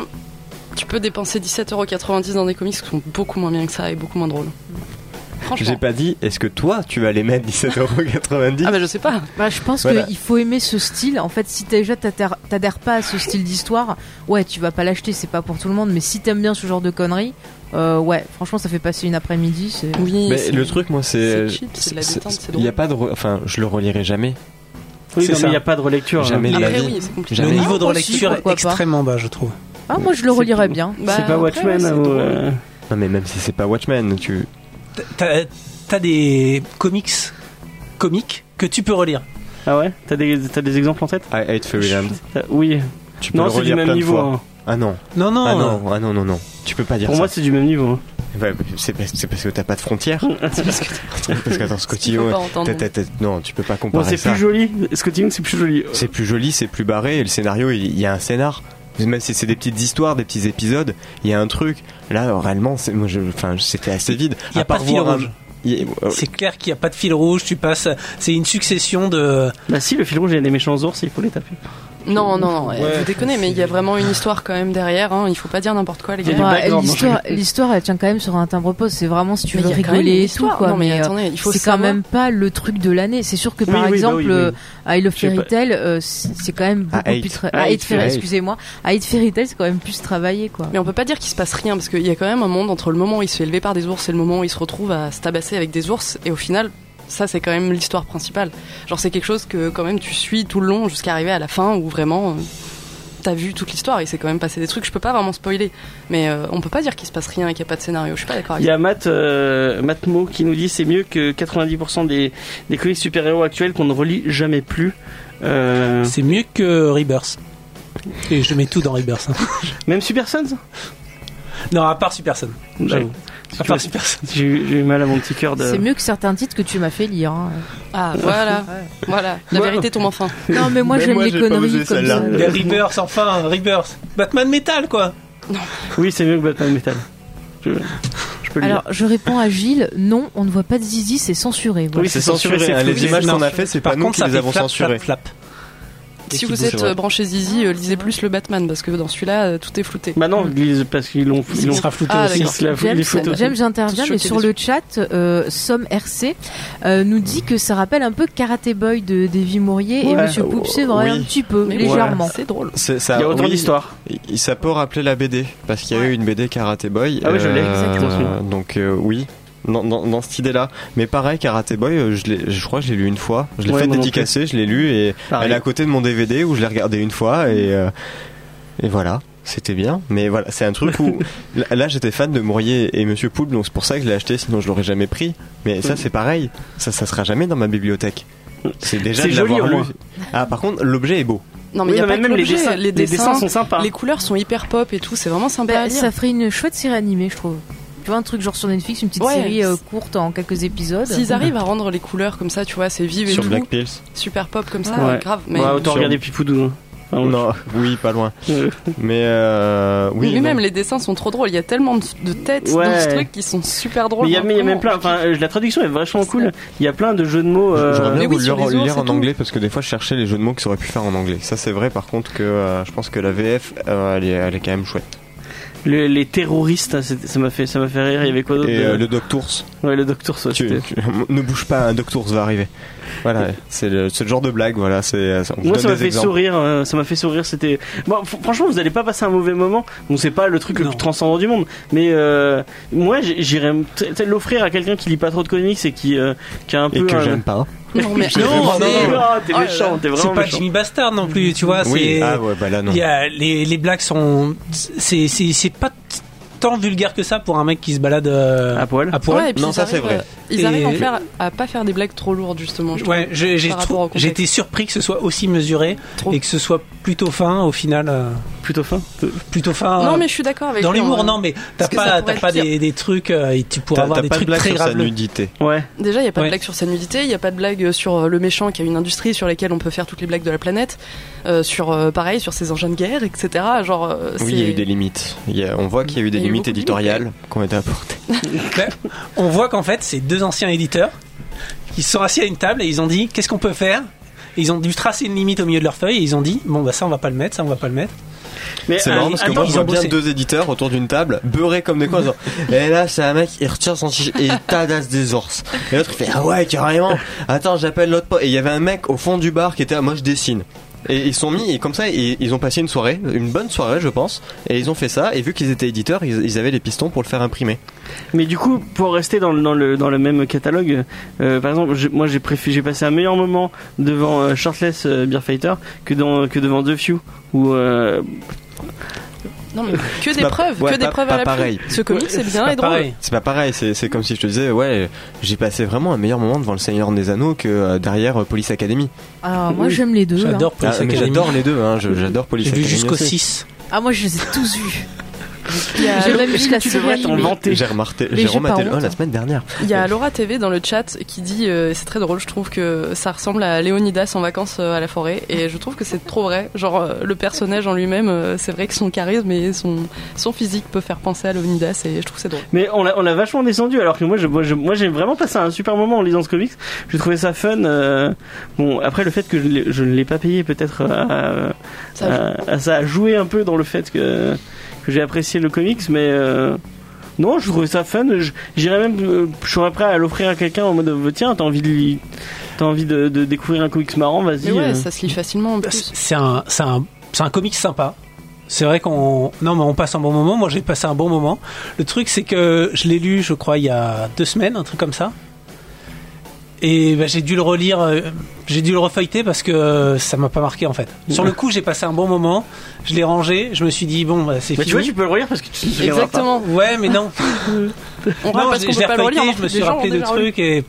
S3: tu peux dépenser 17,90€ dans des comics qui sont beaucoup moins bien que ça et beaucoup moins drôles.
S4: J'ai
S3: Franchement.
S4: pas dit, est-ce que toi, tu vas les mettre 17,90€
S3: Ah bah je sais pas.
S5: Bah, je pense
S4: Voilà.
S5: qu'il faut aimer ce style. En fait, si déjà t'adhères t'adhères pas à ce style d'histoire, ouais, tu vas pas l'acheter, c'est pas pour tout le monde. Mais si t'aimes bien ce genre de conneries, euh, ouais, franchement, ça fait passer une après-midi. c'est-
S3: Oui.
S4: Mais
S3: c'est-
S4: le truc, moi, c'est.
S3: c'est cheap, c'est de la détente, c'est
S4: Il y a
S3: drôle.
S4: pas de. re- Enfin, je le relirai jamais.
S1: Oui,
S2: C'est
S1: non, mais
S2: ça.
S1: il n'y a pas de relecture. hein.
S4: Jamais de la
S3: Après
S4: vie.
S3: oui, c'est compliqué.
S2: Le
S4: Jamais.
S2: niveau de
S5: Ah,
S2: relecture
S5: aussi,
S2: est
S5: pourquoi pas.
S2: extrêmement bas, je trouve.
S5: Ah, moi, je le
S1: C'est-
S5: relirais bien.
S3: Bah,
S1: c'est pas
S3: après,
S1: Watchmen
S3: ouais, c'est
S1: ou,
S3: drôle.
S1: euh,
S4: Non, mais même si c'est pas Watchmen, tu.
S2: T'as euh, t'as des comics comiques que tu peux relire.
S1: Ah ouais T'as des, t'as des exemples en tête
S4: I hate Fairyland.
S1: T'as- Oui.
S4: Tu Euh, peux
S1: Non,
S4: le
S1: c'est du
S4: relire
S1: même
S4: plein de
S1: niveau.
S4: fois.
S1: hein.
S4: Ah non.
S2: Non, hein. non.
S4: Ah non, ah non, non, non. Tu peux pas dire
S1: Pour
S4: ça.
S1: moi, c'est du même niveau. hein.
S4: Bah, c'est parce c'est parce que t'as pas de frontières.
S3: C'est parce que
S4: parce qu'attends,
S3: tu peux
S4: Scotillon.
S3: pas entendre.
S4: t'as- t'as- t'as- Non, tu peux pas
S1: Bon,
S4: comparer
S1: c'est
S4: ça.
S1: plus joli. Scotting, c'est plus joli. Euh,
S4: C'est plus joli, c'est plus barré, et le scénario, il il y a un scénar. Même si c'est des petites histoires, des petits épisodes, il y a un truc. Là, euh, réellement, c'est- moi, je- enfin, c'était assez vide.
S2: Il n'y
S4: À
S2: a pas
S4: part
S2: de fil
S4: voir un-
S2: rouge.
S4: il y a- euh,
S2: C'est clair qu'il n'y a pas de fil rouge. Tu passes. C'est une succession de.
S1: Bah si, le film rouge, il y a des méchants ours, il faut les taper.
S3: Non, non, non, ouais,
S2: Ouais,
S3: vous déconnez, mais il y a
S2: c'est-
S3: vraiment une histoire quand même derrière, hein, il faut pas dire n'importe quoi, les
S1: Il y a
S3: gars.
S1: du
S5: Ouais,
S1: background,
S5: l'histoire,
S1: non, je-
S5: l'histoire, elle tient quand même sur un timbre poste. C'est vraiment si tu
S3: Mais
S5: veux
S3: il y a quand même une
S5: rigoler et tout,
S3: histoire.
S5: quoi.
S3: Non, mais,
S5: mais, euh,
S3: attendez, il faut
S5: c'est quand
S3: savoir.
S5: même pas le truc de l'année. C'est sûr que
S1: Oui,
S5: par
S1: oui, bah
S5: exemple,
S1: oui, oui.
S5: euh, I Love
S1: Je sais
S5: Fairy
S1: pas.
S5: Tail, euh, c'est c'est quand même beaucoup
S4: Hate.
S5: plus. tra-
S1: Hate,
S5: Hate Fairy-
S4: Hate.
S5: excusez-moi. Ah, Hate Fairy Tail, c'est quand même plus travaillé, quoi.
S3: Mais on peut pas dire qu'il se passe rien parce qu'il y a quand même un monde entre le moment où il se fait élever par des ours et le moment où il se retrouve à se tabasser avec des ours et au final ça c'est quand même l'histoire principale. Genre c'est quelque chose que quand même tu suis tout le long jusqu'à arriver à la fin où vraiment euh, t'as vu toute l'histoire et c'est quand même passé des trucs. Je peux pas vraiment spoiler mais euh, on peut pas dire qu'il se passe rien et qu'il y a pas de scénario. Je suis pas d'accord.
S1: Il
S3: avec
S1: y a Matt, euh, Matt Mo qui nous dit c'est mieux que 90% des, des comics super-héros actuels qu'on ne relit jamais plus.
S4: Hein
S1: Euh,
S2: C'est mieux que Rebirth. Et je mets tout dans Rebirth. hein.
S1: même Super Sons
S2: Non, à part Super Sun. J'avoue. À part Super Sun.
S1: J'ai eu j'ai eu mal à mon petit cœur de.
S5: C'est mieux que certains titres que tu m'as fait lire. hein.
S3: ça. Ah voilà, voilà, la
S1: Moi-
S3: vérité tombe enfin.
S5: Non, mais moi
S4: Mais
S5: j'aime
S4: moi,
S5: les
S4: j'ai pas
S5: conneries
S4: osé
S5: comme
S4: celle-là.
S5: ça.
S2: Les Rebirth, enfin, Rebirth. Batman Metal,
S4: Bah
S2: quoi.
S1: Oui, c'est mieux que Batman Metal. Je, je peux le
S5: Alors, je réponds à Gilles, non, on ne voit pas de zizi, c'est censuré.
S1: dire.
S5: voilà.
S1: Oui, c'est censuré.
S4: hein,
S1: c'est
S4: les
S1: flouté.
S4: images
S2: Non.
S4: qu'on a fait, c'est
S2: Par
S4: pas nous
S2: contre,
S4: qui
S2: ça
S4: les
S2: fait
S4: avons
S2: flap,
S4: censurées.
S2: flap, flap.
S3: Si
S4: qui
S3: vous
S4: bouge,
S3: êtes
S4: c'est vrai.
S3: euh, branché zizi, euh, lisez plus le Batman parce que dans celui-là euh, tout est flouté.
S1: Bah non, ils- parce qu'ils l'ont.
S2: Il
S1: ils l'ont-
S2: sera flouté
S3: Ah,
S2: aussi.
S3: d'accord.
S1: ils la- ils
S5: James,
S1: les foutent aussi.
S5: James, j'interviens,
S3: Tous
S5: mais
S3: choqués
S5: sur le chat, euh, Somme RC euh, nous dit que ça rappelle un peu Karate Boy de Davy Mourier et
S1: Ouais.
S5: Monsieur Poupsé,
S4: Oui.
S5: vraiment un petit peu,
S3: Mais
S5: légèrement.
S3: C'est drôle.
S4: C'est- ça-
S1: Il y a autant
S4: Ah oui,
S1: d'histoires.
S4: il- Ça peut rappeler la BD, parce qu'il y a eu une BD Karate Boy. euh,
S1: Ah oui, je l'ai, exactement.
S4: donc euh, oui, dans, dans- dans cette idée-là. Mais pareil, Karate Boy, euh, je, l'ai- je crois que je l'ai lu une fois. Je l'ai
S1: Ouais,
S4: fait
S1: moi non
S4: dédicacer, je l'ai lu, et
S1: Pareil.
S4: elle est à côté de mon DVD où je l'ai regardé une fois, et, euh, et voilà. C'était bien, mais voilà, c'est un truc où là, là, j'étais fan de Mourier et Monsieur Poulpe, donc c'est pour ça que je l'ai acheté, sinon je l'aurais jamais pris. Mais
S1: Mm.
S4: ça c'est pareil, ça ça sera jamais dans ma bibliothèque. C'est déjà
S1: C'est
S4: de
S1: joli,
S4: l'avoir
S1: au
S4: lu.
S1: moins.
S4: Ah par contre l'objet est beau.
S3: Non mais il
S1: Oui,
S3: y a
S1: mais
S3: pas
S1: même
S3: que
S1: les
S3: l'objet,
S1: dessins, hein. les dessins sont sympas.
S3: Les couleurs sont hyper pop et tout, c'est vraiment sympa
S5: Bah,
S3: à lire.
S5: ça ferait une chouette série animée, je trouve. Tu vois, un truc genre sur Netflix, une petite
S3: Ouais.
S5: série euh, courte en quelques épisodes.
S3: S'ils arrivent à rendre les couleurs comme ça, tu vois, c'est vive et
S4: Sur
S3: tout,
S4: Black Pills.
S3: super pop comme ça,
S1: Ouais.
S3: euh, grave. Mais,
S1: Ouais, autant
S4: Sur-
S1: regarder Pipoudou. hein. Enfin, ouais.
S4: Non, oui, pas loin.
S1: Euh,
S4: Mais euh, oui.
S3: mais
S4: non.
S3: même les dessins sont trop drôles, il y a tellement de, de têtes dans
S1: Ouais.
S3: ce truc qui sont super drôles.
S1: Mais il y a, mais il y a même
S3: vraiment.
S1: plein. Enfin, euh, la traduction est vachement cool. Il y a plein de jeux de mots. euh,
S4: J'aurais bien
S3: Mais oui,
S4: voulu
S3: sur
S4: lire,
S3: les ours
S4: lire
S3: et
S4: en
S3: tout.
S4: anglais parce que des fois je cherchais les jeux de mots que ça aurait pu faire en anglais. Ça c'est vrai par contre que euh, je pense que la VF euh, elle, est, elle est quand même chouette.
S1: Le- les terroristes, c'était- ça m'a fait, ça m'a fait rire. Il y avait quoi d'autre
S4: Et
S1: de-
S4: euh, le Doctours,
S1: Ouais, le docteur soit.
S4: tu, tu- ne bouge pas, un Doctours va arriver. Voilà, c'est le, c'est le genre de blague, voilà, c'est on vous
S1: Moi,
S4: donne
S1: ça m'a
S4: des
S1: fait
S4: exemples.
S1: sourire. euh, ça m'a fait sourire. C'était. Bon, fr- franchement, vous allez pas passer un mauvais moment. Bon, c'est pas le truc le
S2: Non.
S1: plus transcendant du monde. Mais euh, moi, j'ai- j'irais me- t- t- l'offrir à quelqu'un qui lit pas trop de comics et qui, euh, qui a un
S4: Et
S1: peu.
S4: que
S1: un-
S4: j'aime pas.
S3: Non, mais
S4: J'ai vraiment-
S2: Non, mais-
S1: Ah, t'es
S3: Oh là
S1: méchant,
S3: là.
S1: t'es
S2: C'est
S1: vraiment
S2: pas
S1: méchant.
S2: Jimmy Bastard non plus, tu vois.
S4: Oui,
S2: c'est-
S4: ah ouais, bah là non.
S2: Il y a- les, les blagues sont. C'est c'est- c'est pas t- tant vulgaire que ça pour un mec qui se balade euh,
S1: À poil.
S3: Ouais, et puis
S4: Non,
S3: ils
S4: ça, c'est
S3: arrivent,
S4: vrai.
S3: euh, Ils
S2: Et-
S3: arrivent à, en faire, à pas faire des blagues trop lourdes, justement. je trouve.
S2: Ouais, j'ai j'ai
S3: Par
S2: trou-
S3: rapport au contexte.
S2: j'ai été surpris que ce soit aussi mesuré
S3: Trop.
S2: et que ce soit plutôt fin au final. euh,
S1: Plutôt fin.
S2: plutôt fin.
S3: Non,
S2: euh,
S3: mais je suis d'accord avec
S2: dans
S3: lui, en
S2: l'humour,
S3: vrai.
S2: non, mais t'as
S3: Parce que ça
S2: pas,
S3: pourrait
S2: t'as
S3: être
S2: pas
S3: pire.
S2: des, des trucs euh, et tu pourras
S4: T'as
S2: avoir
S4: t'as
S2: des
S4: pas de
S2: trucs
S4: blague
S2: très
S4: sur sa
S2: graves.
S4: nudité.
S1: Ouais.
S3: Déjà, il n'y a pas
S2: Ouais.
S3: de blague sur sa nudité, il n'y a pas de blague sur euh, le méchant qui a une industrie sur laquelle on peut faire toutes les blagues de la planète, euh, sur, euh, pareil, sur ses engins de guerre, etc. Genre, euh,
S4: Oui,
S3: c'est-
S4: il y a eu des limites. Il y a- on voit qu'il y a eu des
S3: Il y a eu
S4: limites
S3: beaucoup de
S4: éditoriales qui ont été apportées.
S2: On voit qu'en fait, c'est deux anciens éditeurs qui se sont assis à une table et ils ont dit qu'est-ce qu'on peut faire. Et Ils ont dû tracer une limite au milieu de leur feuille et ils ont dit bon bah ça on va pas le mettre, ça on va pas le mettre.
S1: Mais
S4: C'est
S1: euh,
S4: marrant parce que
S1: attends,
S4: moi, je
S2: ils
S4: vois
S2: ont
S4: bien
S2: bossé.
S4: deux éditeurs autour d'une table, beurrés comme des coins. genre, Et là, c'est un mec, il retire son chiche et il tabasse des ours. Et l'autre, il fait Ah ouais, carrément. Attends, j'appelle l'autre pote. Et il y avait un mec au fond du bar qui était là, Moi, je dessine. Et ils sont mis, et comme ça, ils, ils ont passé une soirée, une bonne soirée, je pense. Et ils ont fait ça. Et vu qu'ils étaient éditeurs, ils, ils avaient les pistons pour le faire imprimer.
S1: Mais du coup, pour rester dans le, dans le, dans le même catalogue, euh, par exemple, j'ai- moi j'ai préféré, j'ai passé un meilleur moment devant euh, Shirtless euh, Beer Fighter que, dans, que devant The Few. Où, euh,
S3: Non, mais que des
S4: pas-
S3: preuves,
S4: ouais,
S3: que des
S4: pas-
S3: preuves
S4: pas
S3: à la
S4: pareil.
S3: pluie. Ce comic, c'est bien
S2: pas
S3: et drôle.
S2: pareil.
S4: C'est pas pareil, c'est c'est comme si je te disais, ouais, j'ai passé vraiment un meilleur moment devant le Seigneur des Anneaux que euh, derrière euh, Police Academy.
S5: Alors, Ah, moi,
S1: Oui.
S5: j'aime les
S3: hein.
S5: deux. hein.
S2: J'adore
S4: Ah,
S2: Police
S4: mais
S2: Academy.
S4: j'adore les deux, hein, je- j'adore Police
S2: J'ai vu
S4: Academy.
S2: jusqu'au
S4: aussi.
S2: 6.
S5: hein. Ah, moi, je les ai tous vus.
S3: Il y a-
S5: J'ai même vu la
S1: tu devrais
S5: série.
S1: t'en
S5: animée.
S1: vanter.
S4: J'ai remarqué,
S5: Mais
S4: j'ai
S5: j'ai pas
S4: rematé le
S5: honte,
S4: 1 la
S5: hein.
S4: semaine dernière.
S3: Il y a Laura TV dans le chat qui dit, euh, c'est très drôle, je trouve que ça ressemble à Léonidas en vacances euh, à la forêt, et je trouve que c'est trop vrai. Genre, euh, le personnage en lui-même, euh, c'est vrai que son charisme et son, son physique peut faire penser à Léonidas, et je trouve que c'est drôle.
S1: mais on l'a on l'a vachement descendu alors que moi je, moi je- moi, j'ai vraiment passé un super moment en lisant ce comics. J'ai trouvé ça fun. euh, bon, après le fait que je, l'ai- je ne l'ai pas payé peut-être euh, à,
S3: Ça,
S1: à, à- Euh, ça a joué un peu dans le fait que, que j'ai apprécié le comics, mais euh, non, je trouvais ça fun. Je- J'irais même, euh, je serais prêt à l'offrir à quelqu'un en mode euh, tiens, t'as envie de, li- t'as envie de, de découvrir un comics marrant, vas-y.
S3: mais ouais,
S1: euh.
S3: ça se lit facilement en plus.
S2: bah, C'est un, c'est un, c'est un comic sympa. C'est vrai qu'on, non mais on passe un bon moment. Moi j'ai passé un bon moment. Le truc c'est que je l'ai lu, je crois, il y a deux semaines, un truc comme ça. Et bah, j'ai dû le relire, euh, j'ai dû le refeuilleter parce que euh, ça m'a pas marqué en fait. Sur le coup j'ai passé un bon moment. Je l'ai rangé. Je me suis dit bon bah, c'est
S1: Mais
S2: fini.
S1: tu vois, tu peux le relire parce que tu te souviendras pas.
S3: Exactement.
S2: Ouais mais non.
S3: On
S2: non,
S3: rate parce
S2: je
S3: qu'on
S2: je
S3: peut
S2: l'ai
S3: pas le relire. hein.
S2: refeuilleté,
S3: mais
S2: Je me suis
S3: déjà, on
S2: rappelé
S3: a
S2: de
S3: déjà relu.
S2: trucs et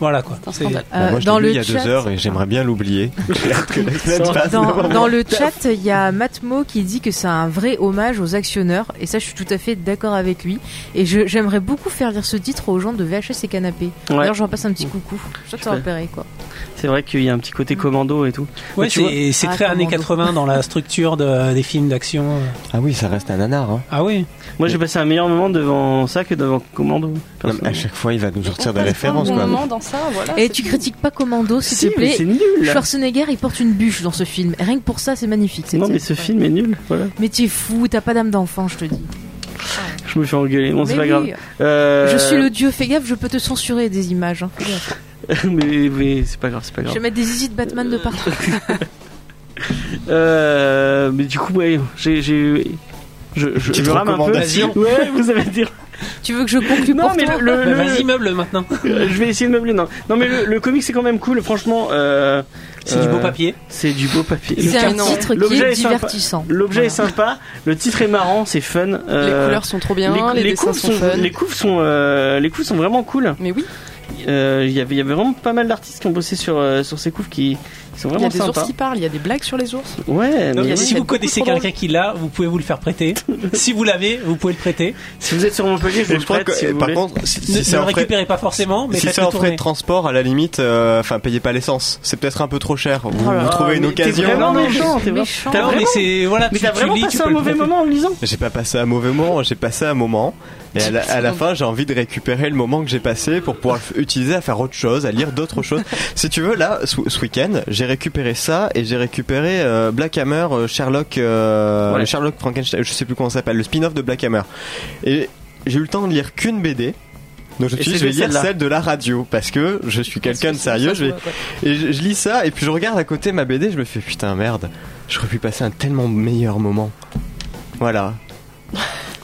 S2: voilà quoi.
S3: C'est un
S2: C'est-
S3: scandale.
S5: Euh,
S4: Bah, moi, je
S5: dans
S4: l'ai lu
S5: le
S4: il y a
S5: chat-
S4: deux heures et j'aimerais bien l'oublier. J'ai hâte que la semaine
S1: Dans-
S4: passe.
S5: Dans, dans le chat, il y a Matmo qui dit que c'est un vrai hommage aux actionneurs, et ça, je suis tout à fait d'accord avec lui. Et je- j'aimerais beaucoup faire lire ce titre aux gens de VHS et Canapé.
S1: Ouais.
S5: D'ailleurs, j'en passe un petit coucou. Je t'ai repéré quoi.
S1: C'est vrai qu'il y a un petit côté commando et tout.
S2: Ouais,
S1: Mais tu vois-
S2: c'est c'est
S5: Ah,
S2: très années
S5: commando.
S2: 80 dans la structure de- des films d'action.
S4: Ah oui, ça reste un nanar. Hein.
S2: Ah oui.
S1: Moi, j'ai passé un meilleur moment devant ça que devant commando.
S4: Non, mais à chaque fois, il va nous sortir des références.
S3: On passe pas
S4: Quoi.
S3: un bon moment dans ça, voilà. Ah,
S5: Et
S3: c'est
S5: tu
S3: tout.
S5: critiques pas Commando, s'il
S1: Si,
S5: te
S1: mais
S5: plaît.
S1: c'est nul.
S5: Schwarzenegger, il porte une bûche dans ce film. Et rien que pour ça, c'est magnifique. cette
S1: Non, mais ce
S5: scène.
S1: film est nul. Voilà.
S5: Mais t'es fou, t'as pas d'âme d'enfant, je te dis.
S1: Je me fais engueuler. Bon, c'est
S5: Mais
S1: pas
S5: oui.
S1: grave. Euh,
S5: Je suis le dieu, fais gaffe, je peux te censurer des images. hein. Fais gaffe.
S1: mais oui, c'est pas grave, c'est pas
S5: Je
S1: grave.
S5: vais mettre des easy de Batman de partout.
S1: Euh, mais du coup, ouais, j'ai. j'ai- Je, je,
S4: Petite
S1: je rame un peu.
S4: recommandation.
S1: Ouais, vous avez dire.
S5: tu veux que je conclue
S1: Non,
S5: pour
S1: mais
S5: toi
S1: le, le-
S2: Bah,
S1: le-
S2: Vas-y meuble maintenant.
S1: euh, je vais essayer de meubler. Non, non mais le, le comic c'est quand même cool. Franchement, euh,
S2: C'est du
S1: euh,
S2: beau papier.
S1: C'est du beau papier.
S5: C'est un
S3: canon.
S5: titre qui
S1: L'objet
S5: est
S1: est sympa.
S5: divertissant.
S1: L'objet est sympa. Le titre est marrant, c'est fun.
S3: Les
S1: euh,
S3: couleurs sont trop bien, les, dessins
S1: couves
S3: sont fun.
S1: les couves sont euh, les couves sont vraiment cool.
S3: Mais oui,
S1: Euh, Il y avait il y avait vraiment pas mal d'artistes qui ont bossé sur euh, sur ces couves qui, qui sont
S3: il y
S1: vraiment
S3: a des ours
S1: sympas.
S3: qui parlent, il y a des blagues sur les ours.
S1: Ouais.
S2: Donc,
S1: mais
S3: y a
S2: si
S3: des
S2: vous
S3: scènes
S2: connaissez
S3: beaucoup trop
S2: quelqu'un qui l'a, vous pouvez vous le faire prêter. si vous l'avez, vous pouvez le prêter.
S1: si vous êtes sur Montpellier, je vous
S4: Et
S1: le
S4: je crois
S1: prête.
S4: que,
S1: si vous
S4: par
S1: voulez.
S4: contre, si, si
S2: ne
S4: c'est
S2: ne
S4: un
S2: le
S4: frais,
S2: récupérez pas forcément, mais
S4: si
S2: faites
S4: c'est
S2: le
S4: un frais
S2: tourner.
S4: de transport, à la limite, euh, enfin, payez pas l'essence. C'est peut-être un peu trop cher. Vous,
S1: Oh là
S4: vous
S1: là,
S4: trouvez une
S1: mais t'es
S4: occasion.
S1: vraiment
S5: Non, mais
S1: méchant,
S5: c'est
S1: t'es vrai-
S5: méchant.
S1: t'as
S2: Non, mais
S1: vraiment-
S2: c'est voilà,
S1: Mais
S2: tu,
S1: t'as
S2: tu
S1: vraiment
S2: lis, tu
S1: passé
S2: peux
S1: un
S2: le
S1: mauvais
S2: prêter.
S1: moment en le lisant.
S4: J'ai pas passé un mauvais moment, j'ai passé un moment. Et à la, à la fin, j'ai envie de récupérer le moment que j'ai passé pour pouvoir l'utiliser à faire autre chose, à lire d'autres choses. Si tu veux, là, ce, ce week-end, j'ai récupéré ça et j'ai récupéré euh, Black Hammer, euh, Sherlock, euh,
S1: Ouais.
S4: le Sherlock Frankenstein, je sais plus comment ça s'appelle, le spin-off de Black Hammer. Et j'ai eu le temps de lire qu'une BD. Donc je me
S1: Et
S4: suis dit,
S1: c'était
S4: je vais lire
S1: celle-là.
S4: celle de la radio parce que je suis quelqu'un
S3: Parce
S4: de
S3: que c'est
S4: sérieux.
S3: ça,
S4: Je vais,
S3: ouais, ouais.
S4: et je, je lis ça et puis je regarde à côté ma BD, je me fais putain merde, j'aurais pu passer un tellement meilleur moment. Voilà.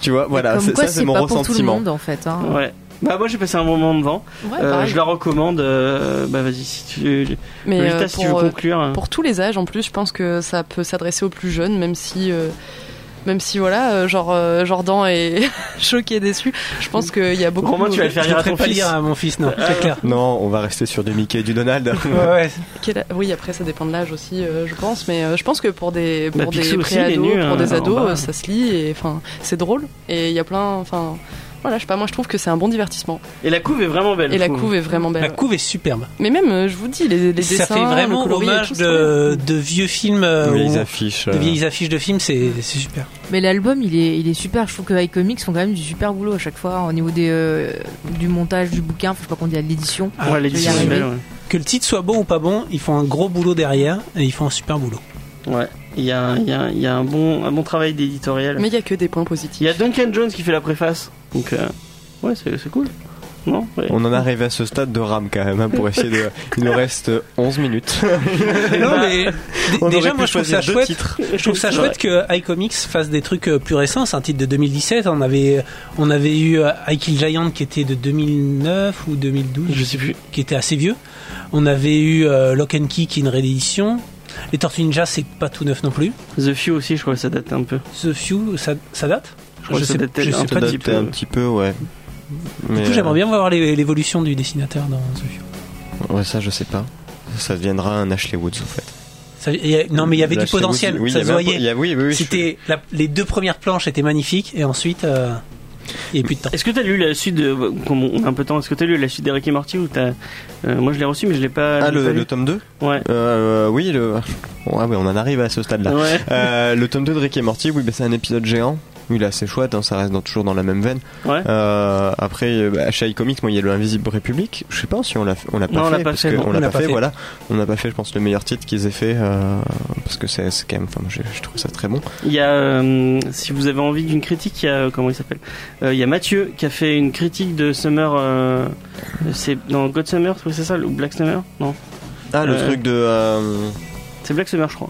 S4: Tu vois, voilà,
S5: Comme
S4: c'est-
S5: quoi,
S4: ça c'est mon
S5: pas pour tout le
S4: ressentiment.
S5: monde en fait. hein.
S1: Ouais. Bah moi j'ai passé un bon moment devant.
S3: Ouais,
S1: Euh,
S3: pareil.
S1: je la recommande. euh, bah vas-y si tu.
S3: Mais
S1: Lolita,
S3: euh,
S1: si
S3: pour,
S1: tu veux
S3: euh,
S1: conclure. euh,
S3: pour tous les âges en plus je pense que ça peut s'adresser aux plus jeunes même si euh, même si voilà euh, genre euh, Jordan est choqué et déçu je pense qu'il y a beaucoup
S1: Romain, tu vas le
S2: Je
S1: faire
S2: ne
S1: rire à
S2: ferai
S1: ton
S2: pas
S1: fils.
S2: lire à mon fils, non, c'est clair.
S4: Non, on va rester sur du Mickey et du Donald.
S2: Ouais, ouais.
S3: Quel a- oui après ça dépend de l'âge aussi euh, je pense mais euh, je pense que pour des
S1: Bah,
S3: pour des
S1: Picsou aussi, il est
S3: pré-ados
S1: nu, hein,
S3: pour des
S1: en
S3: ados
S1: bas.
S3: euh, ça se lit et enfin c'est drôle et il y a plein enfin voilà, je sais pas, moi je trouve que c'est un bon divertissement.
S1: Et la couve est vraiment belle.
S3: Et la
S1: je trouve.
S3: couve est vraiment belle.
S2: La couve est superbe.
S3: Mais même, euh, je vous dis, les, les dessins,
S2: ça fait vraiment
S3: le coloris et
S2: hommage
S3: tout, c'est
S2: de, de vieux films, euh,
S4: Oui, ils
S2: où-
S4: affichent.
S2: de
S4: euh,
S2: vieilles affiches de films, c'est c'est super.
S5: Mais l'album, il est, il est super. Je trouve que iComics font quand même du super boulot à chaque fois au niveau des, euh, du montage du bouquin. Enfin, je sais pas qu'on dit à l'édition.
S1: Ouais, l'édition
S5: Je vais
S1: est
S5: y
S1: belle.
S5: arriver.
S1: ouais.
S2: Que le titre soit bon ou pas bon, ils font un gros boulot derrière et ils font un super boulot.
S1: Ouais. Il y a, un- il y a un- il y a un bon, un bon travail
S3: très
S1: d'éditorial.
S3: bien. Mais il y a que des points
S1: Il y
S3: positifs.
S1: a Duncan Jones qui fait la préface. Donc euh, ouais, c'est c'est cool. Non. Ouais.
S4: On en est arrivé à ce stade de rame quand même hein, pour essayer de. Il nous reste 11 minutes.
S2: non,
S1: bah,
S2: mais
S4: Eh ben, on
S2: d-
S4: aurait
S2: déjà,
S4: pu
S2: moi je trouve
S4: choisir
S2: ça
S4: deux
S2: chouette.
S4: titres.
S2: Je trouve ça chouette que iComics fasse des trucs euh, plus récents. C'est un titre de 2017. On avait, euh, on avait eu euh, I Kill Giant qui était de 2009 ou 2012,
S1: Je sais plus.
S2: qui était assez vieux. On avait eu euh, Lock and Key qui est une réédition. Les Tortues Ninja, c'est pas tout neuf non plus.
S1: The Few aussi, je crois que ça date un peu.
S2: The Few, ça, ça date
S1: Je crois que ça
S2: sais,
S1: datait
S2: je
S1: un
S2: sais
S1: peu
S2: pas.
S1: d'un-
S2: euh, Du
S1: petit
S4: Adapté
S1: peu.
S4: un petit peu, ouais. Mais,
S2: coup,
S4: euh,
S2: j'aimerais bien voir l'é- l'évolution du dessinateur dans The Few.
S4: euh, Ouais, ça, je sais pas. Ça deviendra un Ashley Woods en fait.
S2: Ça- il y a- non, mais il y avait
S4: L'Ashley
S2: du potentiel.
S4: Woods, oui,
S2: ça
S4: il y
S2: se
S4: avait un po-
S2: voyait.
S4: il y a- oui, oui, oui, je-
S2: C'était la- les deux premières planches étaient magnifiques et ensuite euh, il n'y avait plus de temps.
S1: Est-ce que t'as lu la suite de. Comme on a un peu de temps, est-ce que t'as lu la suite d'Eric et Morty ou t'as. euh, moi je l'ai reçu, mais je l'ai pas.
S4: Ah,
S1: je l'ai
S4: le,
S1: pas lu.
S4: le tome 2
S1: Ouais.
S4: euh, Oui, le. Bon, ah, ouais, on en arrive à ce stade-là.
S1: Ouais.
S4: Euh, le tome 2 de Rick et Morty, oui, bah, c'est un épisode géant. Oui, là, c'est chouette, hein, ça reste dans- toujours dans la même veine.
S1: Ouais.
S4: Euh, après, euh, bah, chez iComics, moi, il y a le Invisible République. Je sais pas si on l'a, on l'a pas
S1: Non, on
S4: fait.
S1: l'a pas
S4: parce
S1: fait,
S4: que
S1: non.
S4: on l'a pas fait, voilà. On n'a pas fait, je pense, le meilleur titre qu'ils aient fait, euh, parce que c'est, c'est quand même, enfin, moi, je, je trouve ça très bon.
S1: Il y a, euh, si vous avez envie d'une critique, il y a, euh, comment il s'appelle Euh, Il y a Mathieu qui a fait une critique de Summer. euh, c'est dans God Summer, c'est ça Ou Black Summer Non,
S4: Ah, le
S1: Euh,
S4: truc de, euh,
S1: c'est Black Summer, je crois.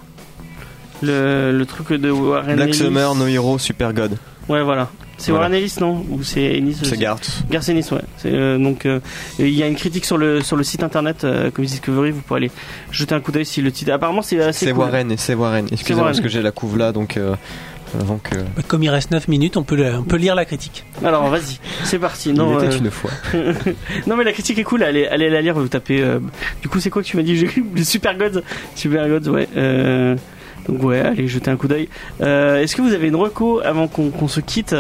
S1: Le, le truc de Warren
S4: Black
S1: Ellis.
S4: Summer, No Hero, Super God.
S1: Ouais, voilà. C'est
S4: Voilà.
S1: Warren Ellis, non Ou c'est Ennis
S4: C'est
S1: aussi
S4: Garth.
S1: Garcenis, ouais. C'est, euh, donc euh, il y a une critique sur le sur le site internet euh, Comics Discovery. Vous pouvez aller jeter un coup d'œil si le titre. Apparemment, c'est assez.
S4: C'est
S1: cool.
S4: Warren, et c'est Warren. Excusez-moi,
S1: Warren.
S4: parce que j'ai la couve là, donc, euh, avant que.
S2: Bah, Comme il reste 9 minutes, on peut, le- on peut lire la critique.
S1: Alors vas-y, c'est parti. Non,
S4: il
S1: euh,
S4: était une fois.
S1: non mais la critique est cool. Allez, allez la lire. Vous tapez. euh, Du coup, c'est quoi que tu m'as dit J'ai lu le Super Gods. Super Gods, ouais. euh, Donc ouais, allez jeter un coup d'œil. Euh, Est-ce que vous avez une reco avant qu'on qu'on se quitte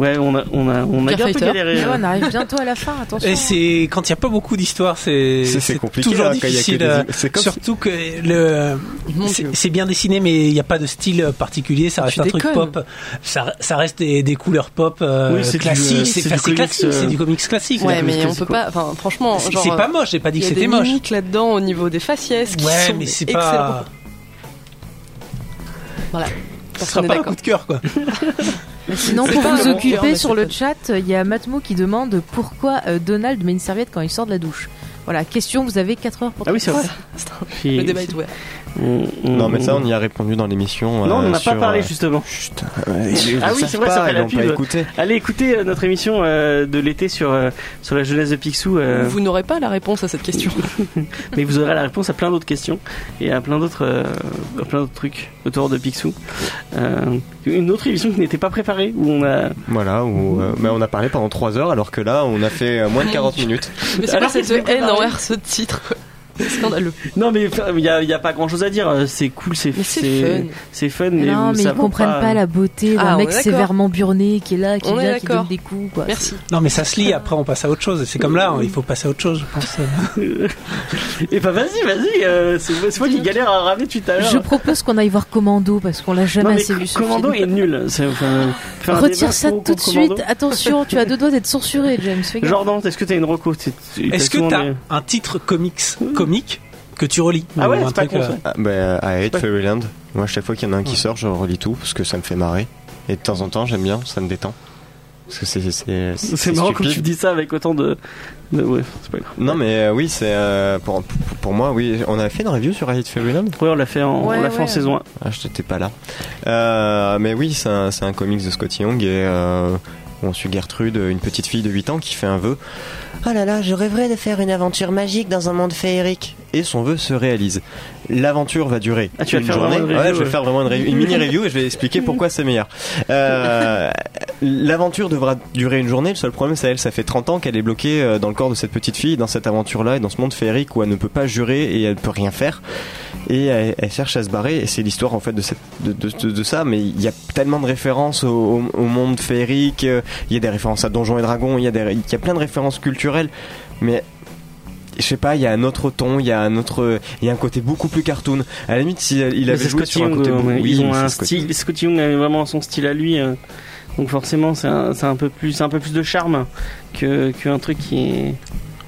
S1: Ouais, on a on a on a
S3: Pierre
S1: bien
S3: Fighter.
S5: Mais
S1: galéré.
S5: Ah
S1: hein.
S5: ouais, on arrive bientôt à la fin, attention.
S2: Et c'est quand il n'y a pas beaucoup d'histoire, c'est
S4: C'est- c'est
S2: c'est
S4: compliqué,
S2: toujours
S4: hein, quand il y a que
S2: difficile.
S4: des-
S2: euh,
S4: c'est comme
S2: Surtout que le
S3: Mon
S2: c'est-
S3: Dieu.
S2: c'est bien dessiné, mais il n'y a pas de style particulier. Ça reste
S3: Tu
S2: un truc
S3: déconnes.
S2: pop. Ça, ça reste des, des couleurs pop euh,
S1: Oui, c'est du, euh, c'est
S2: classiques. C'est
S1: du
S2: enfin, c'est
S1: comics,
S2: classique.
S1: euh,
S2: C'est du comics classique.
S3: Ouais,
S1: la
S3: mais on
S1: police,
S3: peut
S1: quoi.
S3: pas. Enfin, franchement,
S2: C'est
S3: genre.
S2: c'est pas moche. J'ai pas dit
S3: Il
S2: que
S3: y a
S2: c'était
S3: des
S2: moche.
S3: mimiques là-dedans au niveau des faciès qui
S2: Ouais,
S3: sont
S2: mais c'est
S3: excellents.
S2: pas. Ce sera
S3: Personne n'est
S2: pas un
S3: d'accord.
S2: coup de cœur, quoi.
S5: Sinon,
S3: C'est
S5: pour
S3: pas un
S5: vous
S3: bon cœur, mais
S5: occuper
S3: c'est
S5: sur le
S3: pas-
S5: chat, euh, il y a Matmo qui demande pourquoi euh, Donald met une serviette quand il sort de la douche. Voilà, question, vous avez 4 heures pour
S1: Ah oui, c'est vrai.
S3: C'est un-
S1: Puis-
S3: Le débat est ouvert.
S1: On- on-
S4: Non, mais ça, on y a répondu dans l'émission.
S1: Non, on
S4: euh,
S1: n'en a
S4: sur,
S1: pas parlé
S4: euh,
S1: justement.
S4: Putain, ouais, ils
S1: Ah oui,
S4: le
S1: c'est
S4: savent
S1: vrai, ça
S4: pas,
S1: fait
S4: ils
S1: la
S4: l'ont pas
S1: pub.
S4: écouté.
S1: Allez écoutez euh, notre émission euh, de l'été sur, euh, sur la jeunesse de Picsou, euh,
S3: Vous n'aurez pas la réponse à cette question.
S1: mais vous aurez la réponse à plein d'autres questions et à plein d'autres euh, à plein d'autres trucs autour de Picsou. Euh, une autre émission qui n'était pas préparée où on a
S4: Voilà, où, euh, mais on a parlé pendant 3 heures alors que là on a fait euh, moins de 40 minutes.
S3: Mais c'est quoi
S1: Alors,
S3: cette
S1: c'est
S3: haine
S1: préparé.
S3: envers ce titre quoi C'est scandaleux.
S1: non mais enfin, il y a, il y a pas grand chose à dire. Euh, C'est cool, c'est
S3: Mais c'est fun.
S1: c'est fun, mais,
S5: Non,
S1: vous- ça
S5: mais ils
S1: va
S5: comprennent pas, la beauté d'un
S3: Ah, on
S5: mec
S3: est d'accord.
S5: sévèrement burné qui est là, qui
S3: On est
S5: vient, qui
S3: d'accord.
S5: donne des coups. Quoi.
S3: Merci.
S2: Non, mais ça se lit. Après, on passe à autre chose. C'est comme là, hein, il faut passer à autre chose, je pense.
S1: Et bah vas-y, vas-y. euh, c'est c'est moi qui galère à ramener depuis tout à l'heure.
S5: Je propose qu'on aille voir Commando parce qu'on l'a
S1: Non
S5: jamais
S1: mais
S5: assez vu. ce
S1: Commando
S5: film.
S1: est nul. C'est- enfin, faire un débat
S5: Retire ça
S1: pro
S5: tout de
S1: contre Commando.
S5: suite. Attention, tu as deux doigts d'être censuré, James. Fais gaffe.
S1: Jordan, est-ce que t'as une reco T'es- t'es-
S2: Est-ce que
S1: souvent
S2: t'as
S1: des-
S2: un titre comics comique que tu relis
S1: Hmm. Ah ouais,
S2: Ou un
S1: c'est pas
S2: truc,
S1: con
S2: euh,
S1: ça.
S4: Ah, bah, euh, à Hate
S2: Ouais.
S4: Fairyland, moi à chaque fois qu'il y en a un qui
S2: Ouais.
S4: sort, je relis tout parce que ça me fait marrer. Et de temps en temps, j'aime bien, ça me détend. Parce que c'est c'est- c'est-
S1: C'est
S4: c'est
S1: marrant quand tu
S4: stupide.
S1: dis ça avec autant de. de- ouais, c'est pas grave.
S4: Non mais euh, oui, c'est euh, pour, pour pour moi oui, on a fait une review sur Hate Fairyland.
S1: Ouais, on l'a fait en,
S5: Ouais,
S1: on l'a fait en
S5: ouais.
S1: saison 1.
S4: Ah, je n'étais pas là. Euh, mais oui, c'est un, c'est un comics de Scott Young et euh, où on suit Gertrude, une petite fille de 8 ans qui fait un vœu.
S8: Oh là là, je rêverais de faire une aventure magique dans un monde féerique.
S4: et son vœu se réalise. L'aventure va durer
S1: Ah, tu vas
S4: une
S1: faire
S4: journée.
S1: vraiment une review,
S4: Ouais, je vais
S1: ouais.
S4: faire vraiment une, review- une mini review et je vais expliquer pourquoi c'est meilleur. Euh, L'aventure devra durer une journée. Le seul problème, c'est elle. Ça fait 30 ans qu'elle est bloquée euh, dans le corps de cette petite fille, dans cette aventure-là et dans ce monde féerique où elle ne peut pas jurer et elle peut rien faire. Et elle, elle cherche à se barrer. Et c'est l'histoire en fait de, cette, de, de- de- de ça. Mais il y a tellement de références au, au- au monde féerique. euh, Il y a des références à Donjons et Dragons. Il y a des, il y a plein de références culturelles. Mais je sais pas, il y a un autre ton, il y a un autre, il y a un côté beaucoup plus cartoon. À la limite, s'il il
S1: Mais
S4: avait
S1: c'est
S4: joué
S1: Scott
S4: sur un
S1: Young,
S4: côté,
S1: euh,
S4: beaucoup-
S1: ouais,
S4: oui,
S1: ils ont
S4: mais
S1: un
S4: c'est Scott-
S1: style. Scott Young avait vraiment son style à lui. euh, donc forcément, c'est un, c'est un peu plus, c'est un peu plus de charme que qu'un truc qui est.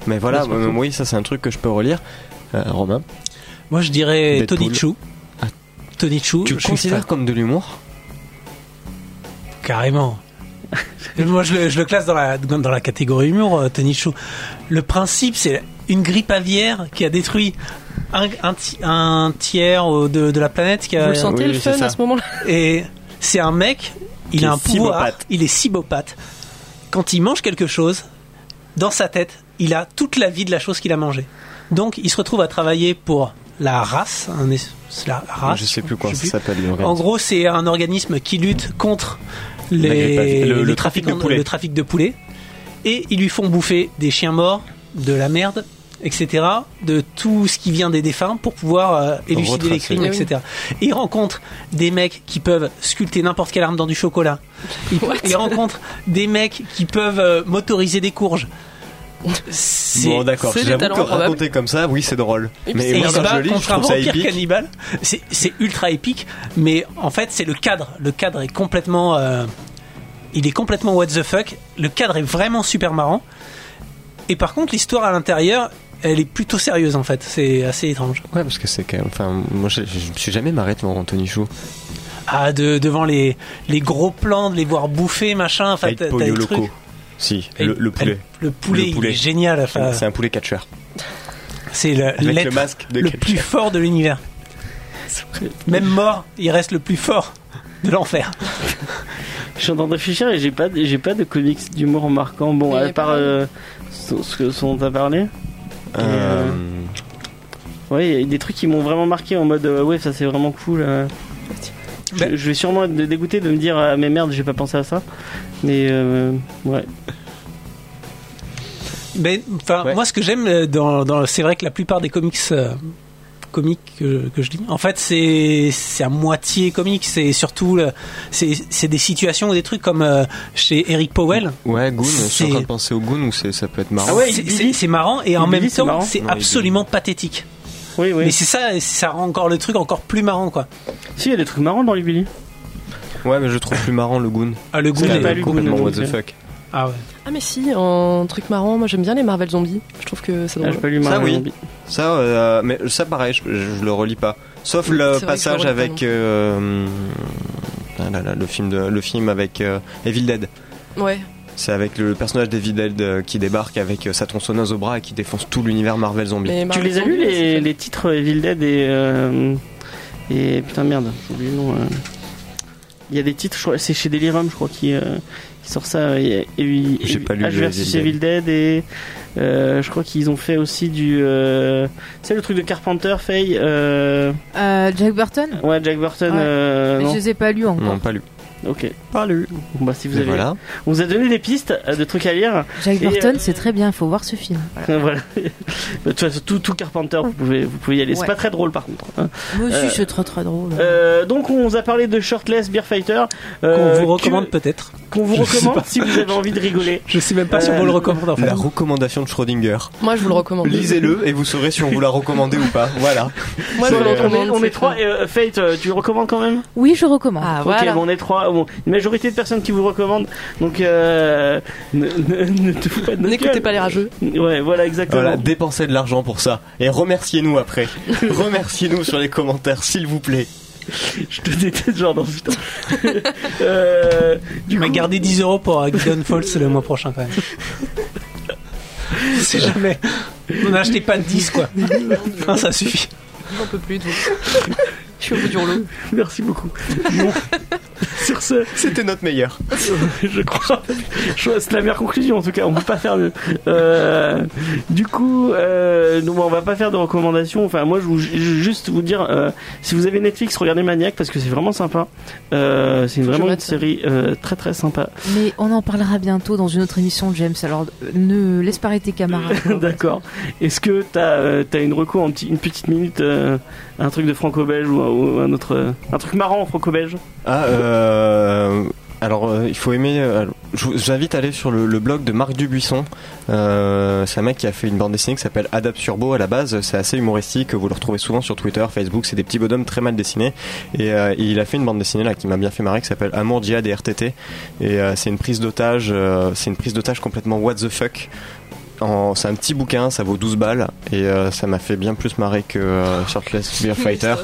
S4: Mais voilà,
S1: Ouais, Scott
S4: euh,
S1: Young.
S4: oui, ça c'est un truc que je peux relire. Euh, Romain,
S2: Moi, je dirais
S4: Deadpool.
S2: Tony Chou.
S4: Ah.
S2: Tony Chou,
S4: tu
S2: je
S4: le
S2: suis
S4: considères comme de l'humour
S2: fan. carrément. Moi, je le, je le classe dans la, dans la catégorie humour, euh, Tony Chou. Le principe, c'est une grippe aviaire qui a détruit un, un ti- un tiers euh, de, de la planète. Qui a,
S3: Vous le sentez
S4: oui,
S3: le
S4: oui, c'est
S3: fun
S4: ça.
S3: à ce moment-là
S2: Et c'est un mec, il
S4: Qui
S2: a
S4: est
S2: un pouvoir,
S4: cybopathe.
S2: il est cibopathe. Quand il mange quelque chose, dans sa tête, il a toute la vie de la chose qu'il a mangée. Donc, il se retrouve à travailler pour la race, un es- c'est la race.
S4: Je sais plus quoi
S2: Ah, je
S4: ça
S2: sais
S4: s'appelle. le
S2: plus. En
S4: organisme.
S2: gros, c'est un organisme qui lutte contre
S4: La grippe
S2: les,
S4: aviaire. Le-
S2: les
S4: le trafic de
S2: trafiquants-
S4: poulets.
S2: le trafic de poulets. Et ils lui font bouffer des chiens morts, de la merde, etc., de tout ce qui vient des défunts pour pouvoir euh, élucider les
S4: Retracer.
S2: crimes,
S3: Ah oui.
S2: etc. Et il rencontre des mecs qui peuvent sculpter n'importe quelle arme dans du chocolat. Il,
S3: What
S2: il rencontre des mecs qui peuvent euh, motoriser des courges. C'est-
S4: Bon, d'accord.
S3: c'est des
S4: J'avoue
S3: talents
S4: que
S3: probables.
S4: raconter comme ça, oui, c'est drôle.
S3: Et puis
S4: Mais
S3: c'est-
S2: et
S4: moi,
S2: il se
S4: ça,
S2: bat
S4: je le lis, je
S2: contre un
S4: trouve ça
S2: vampire
S4: épique.
S2: cannibale. C'est- C'est ultra épique, mais en fait, c'est le cadre. Le cadre est complètement. euh, il est complètement what the fuck. Le cadre est vraiment super marrant. Et par contre, l'histoire à l'intérieur, elle est plutôt sérieuse en fait. C'est assez étrange.
S4: Ouais, parce que c'est quand même. Enfin, moi, je, je- je me suis jamais marré devant Anthony Chou.
S2: Ah, de, devant les, les gros plans, de les voir bouffer, machin. Enfin,
S4: Avec
S2: Ah, t'as- t'as
S4: Polio
S2: des trucs.
S4: Loco. Si,
S2: Et-
S4: le, le poulet.
S2: Le, poulet,
S4: Le poulet.
S2: il est génial. Enfin,
S4: C'est un poulet catcheur.
S2: c'est le,
S4: Avec
S2: l'être
S4: le masque de
S2: le
S4: catcheur.
S2: plus fort de l'univers. Même mort, il reste le plus fort de l'enfer.
S1: Je suis en train de réfléchir et j'ai pas, de- j'ai pas de comics d'humour marquant. Bon,
S3: Mais il
S1: à
S3: y a
S1: part
S3: pas mal.
S1: euh, ce, ce que- ce dont t'as parlé.
S4: Euh,
S1: Ouais, il y a des trucs qui m'ont vraiment marqué en mode euh, ouais, ça c'est vraiment cool. euh. Je,
S2: Ben-
S1: je vais sûrement être dé- dégoûté de me dire ah, mais merde, j'ai pas pensé à ça. Mais euh, ouais.
S2: Mais enfin,
S4: Ouais.
S2: moi, ce que j'aime euh, dans, dans c'est vrai que la plupart des comics euh, comiques que, que je lis, en fait, c'est c'est à moitié comique. C'est surtout le- c'est c'est des situations ou des trucs comme euh, chez Eric Powell.
S4: Ouais, Goon, je suis en
S2: c'est-
S4: train de penser au Goon où c'est- ça peut être marrant.
S1: Ah ouais,
S2: C'est-
S1: Billy.
S2: c'est c'est marrant et en
S1: Billy,
S2: même
S1: c'est marrant.
S2: temps, c'est
S4: Non, il-
S2: absolument pathétique.
S1: Oui, oui.
S2: Mais c'est ça, ça rend encore le truc encore plus marrant, quoi.
S1: Si, il y a des trucs marrants dans les Billy.
S4: Ouais, mais je trouve plus marrant le Goon.
S2: Ah, le goût.
S4: C'est
S1: j'ai
S4: quand
S2: est-
S1: pas
S4: même
S1: lu
S4: complètement
S1: Goon,
S4: what
S1: donc,
S4: the fuck.
S2: Ah ouais.
S3: Ah mais si, un truc marrant, moi j'aime bien les Marvel Zombies, je trouve que c'est
S1: Ah,
S3: drôle.
S1: j'ai pas lu
S4: Ça,
S1: Marvel
S4: oui.
S1: Zombie.
S4: Ça, euh, mais ça pareil, je, je- je le relis pas. Sauf
S3: Oui,
S4: le
S3: c'est vrai que je le
S4: passage
S3: relis pas non
S4: avec
S3: plus.
S4: euh, ah là là, le film de, le film avec euh, Evil Dead.
S3: ouais,
S4: C'est avec le, personnage d'Evil Dead euh, qui débarque avec euh, sa tronçonneuse au bras et qui défonce tout l'univers Marvel Zombie.
S3: mais
S1: Tu
S3: Marvel
S1: les as
S3: Zombies,
S1: lus
S3: Bah, c'est
S1: les,
S3: fun.
S1: les titres Evil Dead et euh, et putain merde, j'ai oublié le nom. euh. Il y a des titres, je crois, c'est chez Delirium, je crois, qui, euh, qui sort ça. euh, et- et- et-
S4: J'ai pas lu
S1: Ash
S4: le
S1: versus
S4: Evil
S1: Evil Dead et euh, je crois qu'ils ont fait aussi du. euh, c'est le truc de Carpenter, Faye. euh,
S5: Euh, Jack Burton
S1: ouais, Jack Burton.
S5: Ouais.
S1: euh,
S5: Je
S1: non.
S5: les ai pas lus encore.
S4: Non, pas lu.
S1: Ok.
S4: Pas lu.
S1: Bon, bah si vous avez.
S4: voilà.
S1: On vous a donné des pistes euh, de trucs à lire.
S5: Jack
S1: Et,
S5: Burton,
S1: euh,
S5: c'est très bien, il faut voir ce film.
S1: voilà. De toute façon, tout, tout Carpenter, vous pouvez, vous pouvez y aller. C'est
S5: Ouais.
S1: pas très drôle par contre. hein.
S5: Moi aussi,
S1: euh,
S5: c'est très très drôle.
S1: Euh, donc on vous a parlé de Shirtless Beer Fighter
S2: Qu'on
S1: euh,
S2: vous recommande
S1: que-
S2: peut-être.
S1: qu'on vous
S2: Je sais
S1: recommande
S2: pas.
S1: si vous avez envie de rigoler.
S2: Je sais même pas si on
S1: Euh,
S2: vous le recommande en fait.
S4: La recommandation de Schrödinger.
S3: Moi je vous le recommande.
S4: Lisez-le et vous saurez si on vous la recommandez ou pas. Voilà.
S3: Moi je
S1: on,
S3: vous le
S1: est- on est,
S3: recommande.
S1: on est
S3: c'est
S1: trois.
S3: fun.
S1: et, euh, Fate, euh, tu le recommandes quand même
S5: Oui, je recommande.
S3: Ah
S1: Ok,
S3: voilà.
S1: bon, on est trois. Bon, une majorité de personnes qui vous le recommandent. Donc euh, ne, ne- ne te fous pas de notre
S3: N'écoutez
S1: gueule.
S3: pas les rageux.
S1: Ouais, voilà exactement.
S4: Voilà, dépensez de l'argent pour ça. Et remerciez-nous après. remerciez-nous sur les commentaires, s'il vous plaît.
S1: Je te déteste, Jordan. Putain. euh,
S2: Tu m'as gardé 10 euros pour euh, Gideon Falls le mois prochain quand même. C'est jamais. On acheté pas 10 quoi. Hein, ça suffit.
S3: J'en peux plus de vous. Je suis au bout du rouleau.
S1: Merci beaucoup. Bon. Sur C'est-
S4: C'était notre meilleur.
S1: je crois. Je crois que C'est la meilleure conclusion en tout cas. On peut pas faire mieux. Euh, du coup, euh, nous, bon, on va pas faire de recommandations. Enfin, moi, je vous- je vais juste vous dire, euh, si vous avez Netflix, regardez Maniac parce que c'est vraiment sympa. Euh, c'est
S3: Je
S1: vraiment une
S3: note.
S1: série euh, très très sympa.
S5: Mais on en parlera bientôt dans une autre émission, James. Alors euh, ne laisse pas arrêter camarades.
S1: D'accord. Est-ce que t'as euh, t'as une reco, en petit- une petite minute, euh, un truc de franco-belge ou, ou un autre, euh, un truc marrant en franco-belge
S4: Ah, euh, alors euh, il faut aimer. euh, alors, je vous- J'invite à aller sur le, le blog de Marc Dubuisson. Euh, c'est un mec qui a fait une bande dessinée qui s'appelle Adapt Surbo à la base. C'est assez humoristique. Vous le retrouvez souvent sur Twitter, Facebook. C'est des petits bonhommes très mal dessinés. Et euh, il a fait une bande dessinée là qui m'a bien fait marrer qui s'appelle Amour, Djihad et RTT. Et euh, c'est une prise d'otage. euh, c'est une prise d'otage complètement what the fuck. En- C'est un petit bouquin, ça vaut 12 balles et euh, ça m'a fait bien plus marrer que euh, Shirtless Beer Fighter.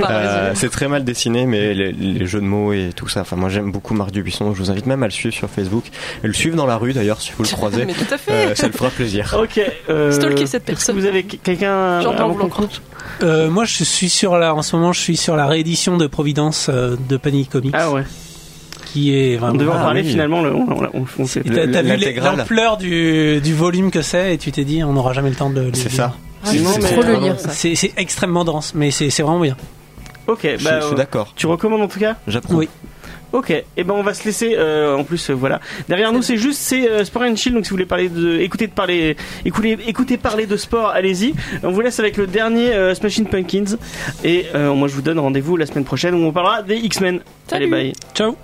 S4: Euh, c'est très mal dessiné, mais les, les jeux de mots et tout ça. Enfin, moi j'aime beaucoup Marc Dubuisson. Je vous invite même à le suivre sur Facebook. Et le suivre dans la rue d'ailleurs, si vous le croisez.
S3: Mais tout à fait.
S4: Euh, ça le fera plaisir.
S1: Ok. Euh,
S3: Stalker cette
S1: est-ce que
S3: personne.
S1: Vous avez quelqu'un
S3: J'entends
S1: avant
S3: vous
S1: qu'on
S3: l'encore.
S1: coupe
S2: Euh, moi, je suis sur la, en ce moment, je suis sur la réédition de Providence euh, de Panic Comics,
S1: Ah ouais.
S2: qui est vraiment.
S1: On devait en
S4: Ah,
S1: parler
S4: oui.
S1: finalement, le, on, on, on, on sait.
S2: Et T'as
S4: Le-
S2: t'as vu les-
S4: l'intégrale.
S2: l'ampleur du, du volume que c'est et tu t'es dit on n'aura jamais le temps de le
S4: C'est
S2: lire.
S4: ça.
S5: Ah, non,
S4: c'est-
S5: mais-
S4: c'est-
S5: Trop le lire, ça.
S2: C'est c'est extrêmement dense, mais c'est c'est vraiment bien.
S1: Ok,
S5: Eh
S4: Je,
S1: bah,
S4: je
S5: ben,
S4: suis
S1: euh,
S4: d'accord.
S1: tu recommandes en tout cas
S4: J'approuve.
S2: Oui.
S1: Ok, et ben on va se laisser. euh, en plus, euh, voilà. Derrière nous, c'est juste c'est euh, Sport and Chill. Donc si vous voulez parler de, écouter de parler, écouter, écouter parler de sport, allez-y. On vous laisse avec le dernier euh, Smashing Pumpkins. Et euh, moi, je vous donne rendez-vous la semaine prochaine où on parlera des X-Men. Allez,
S3: Salut.
S1: bye.
S2: Ciao.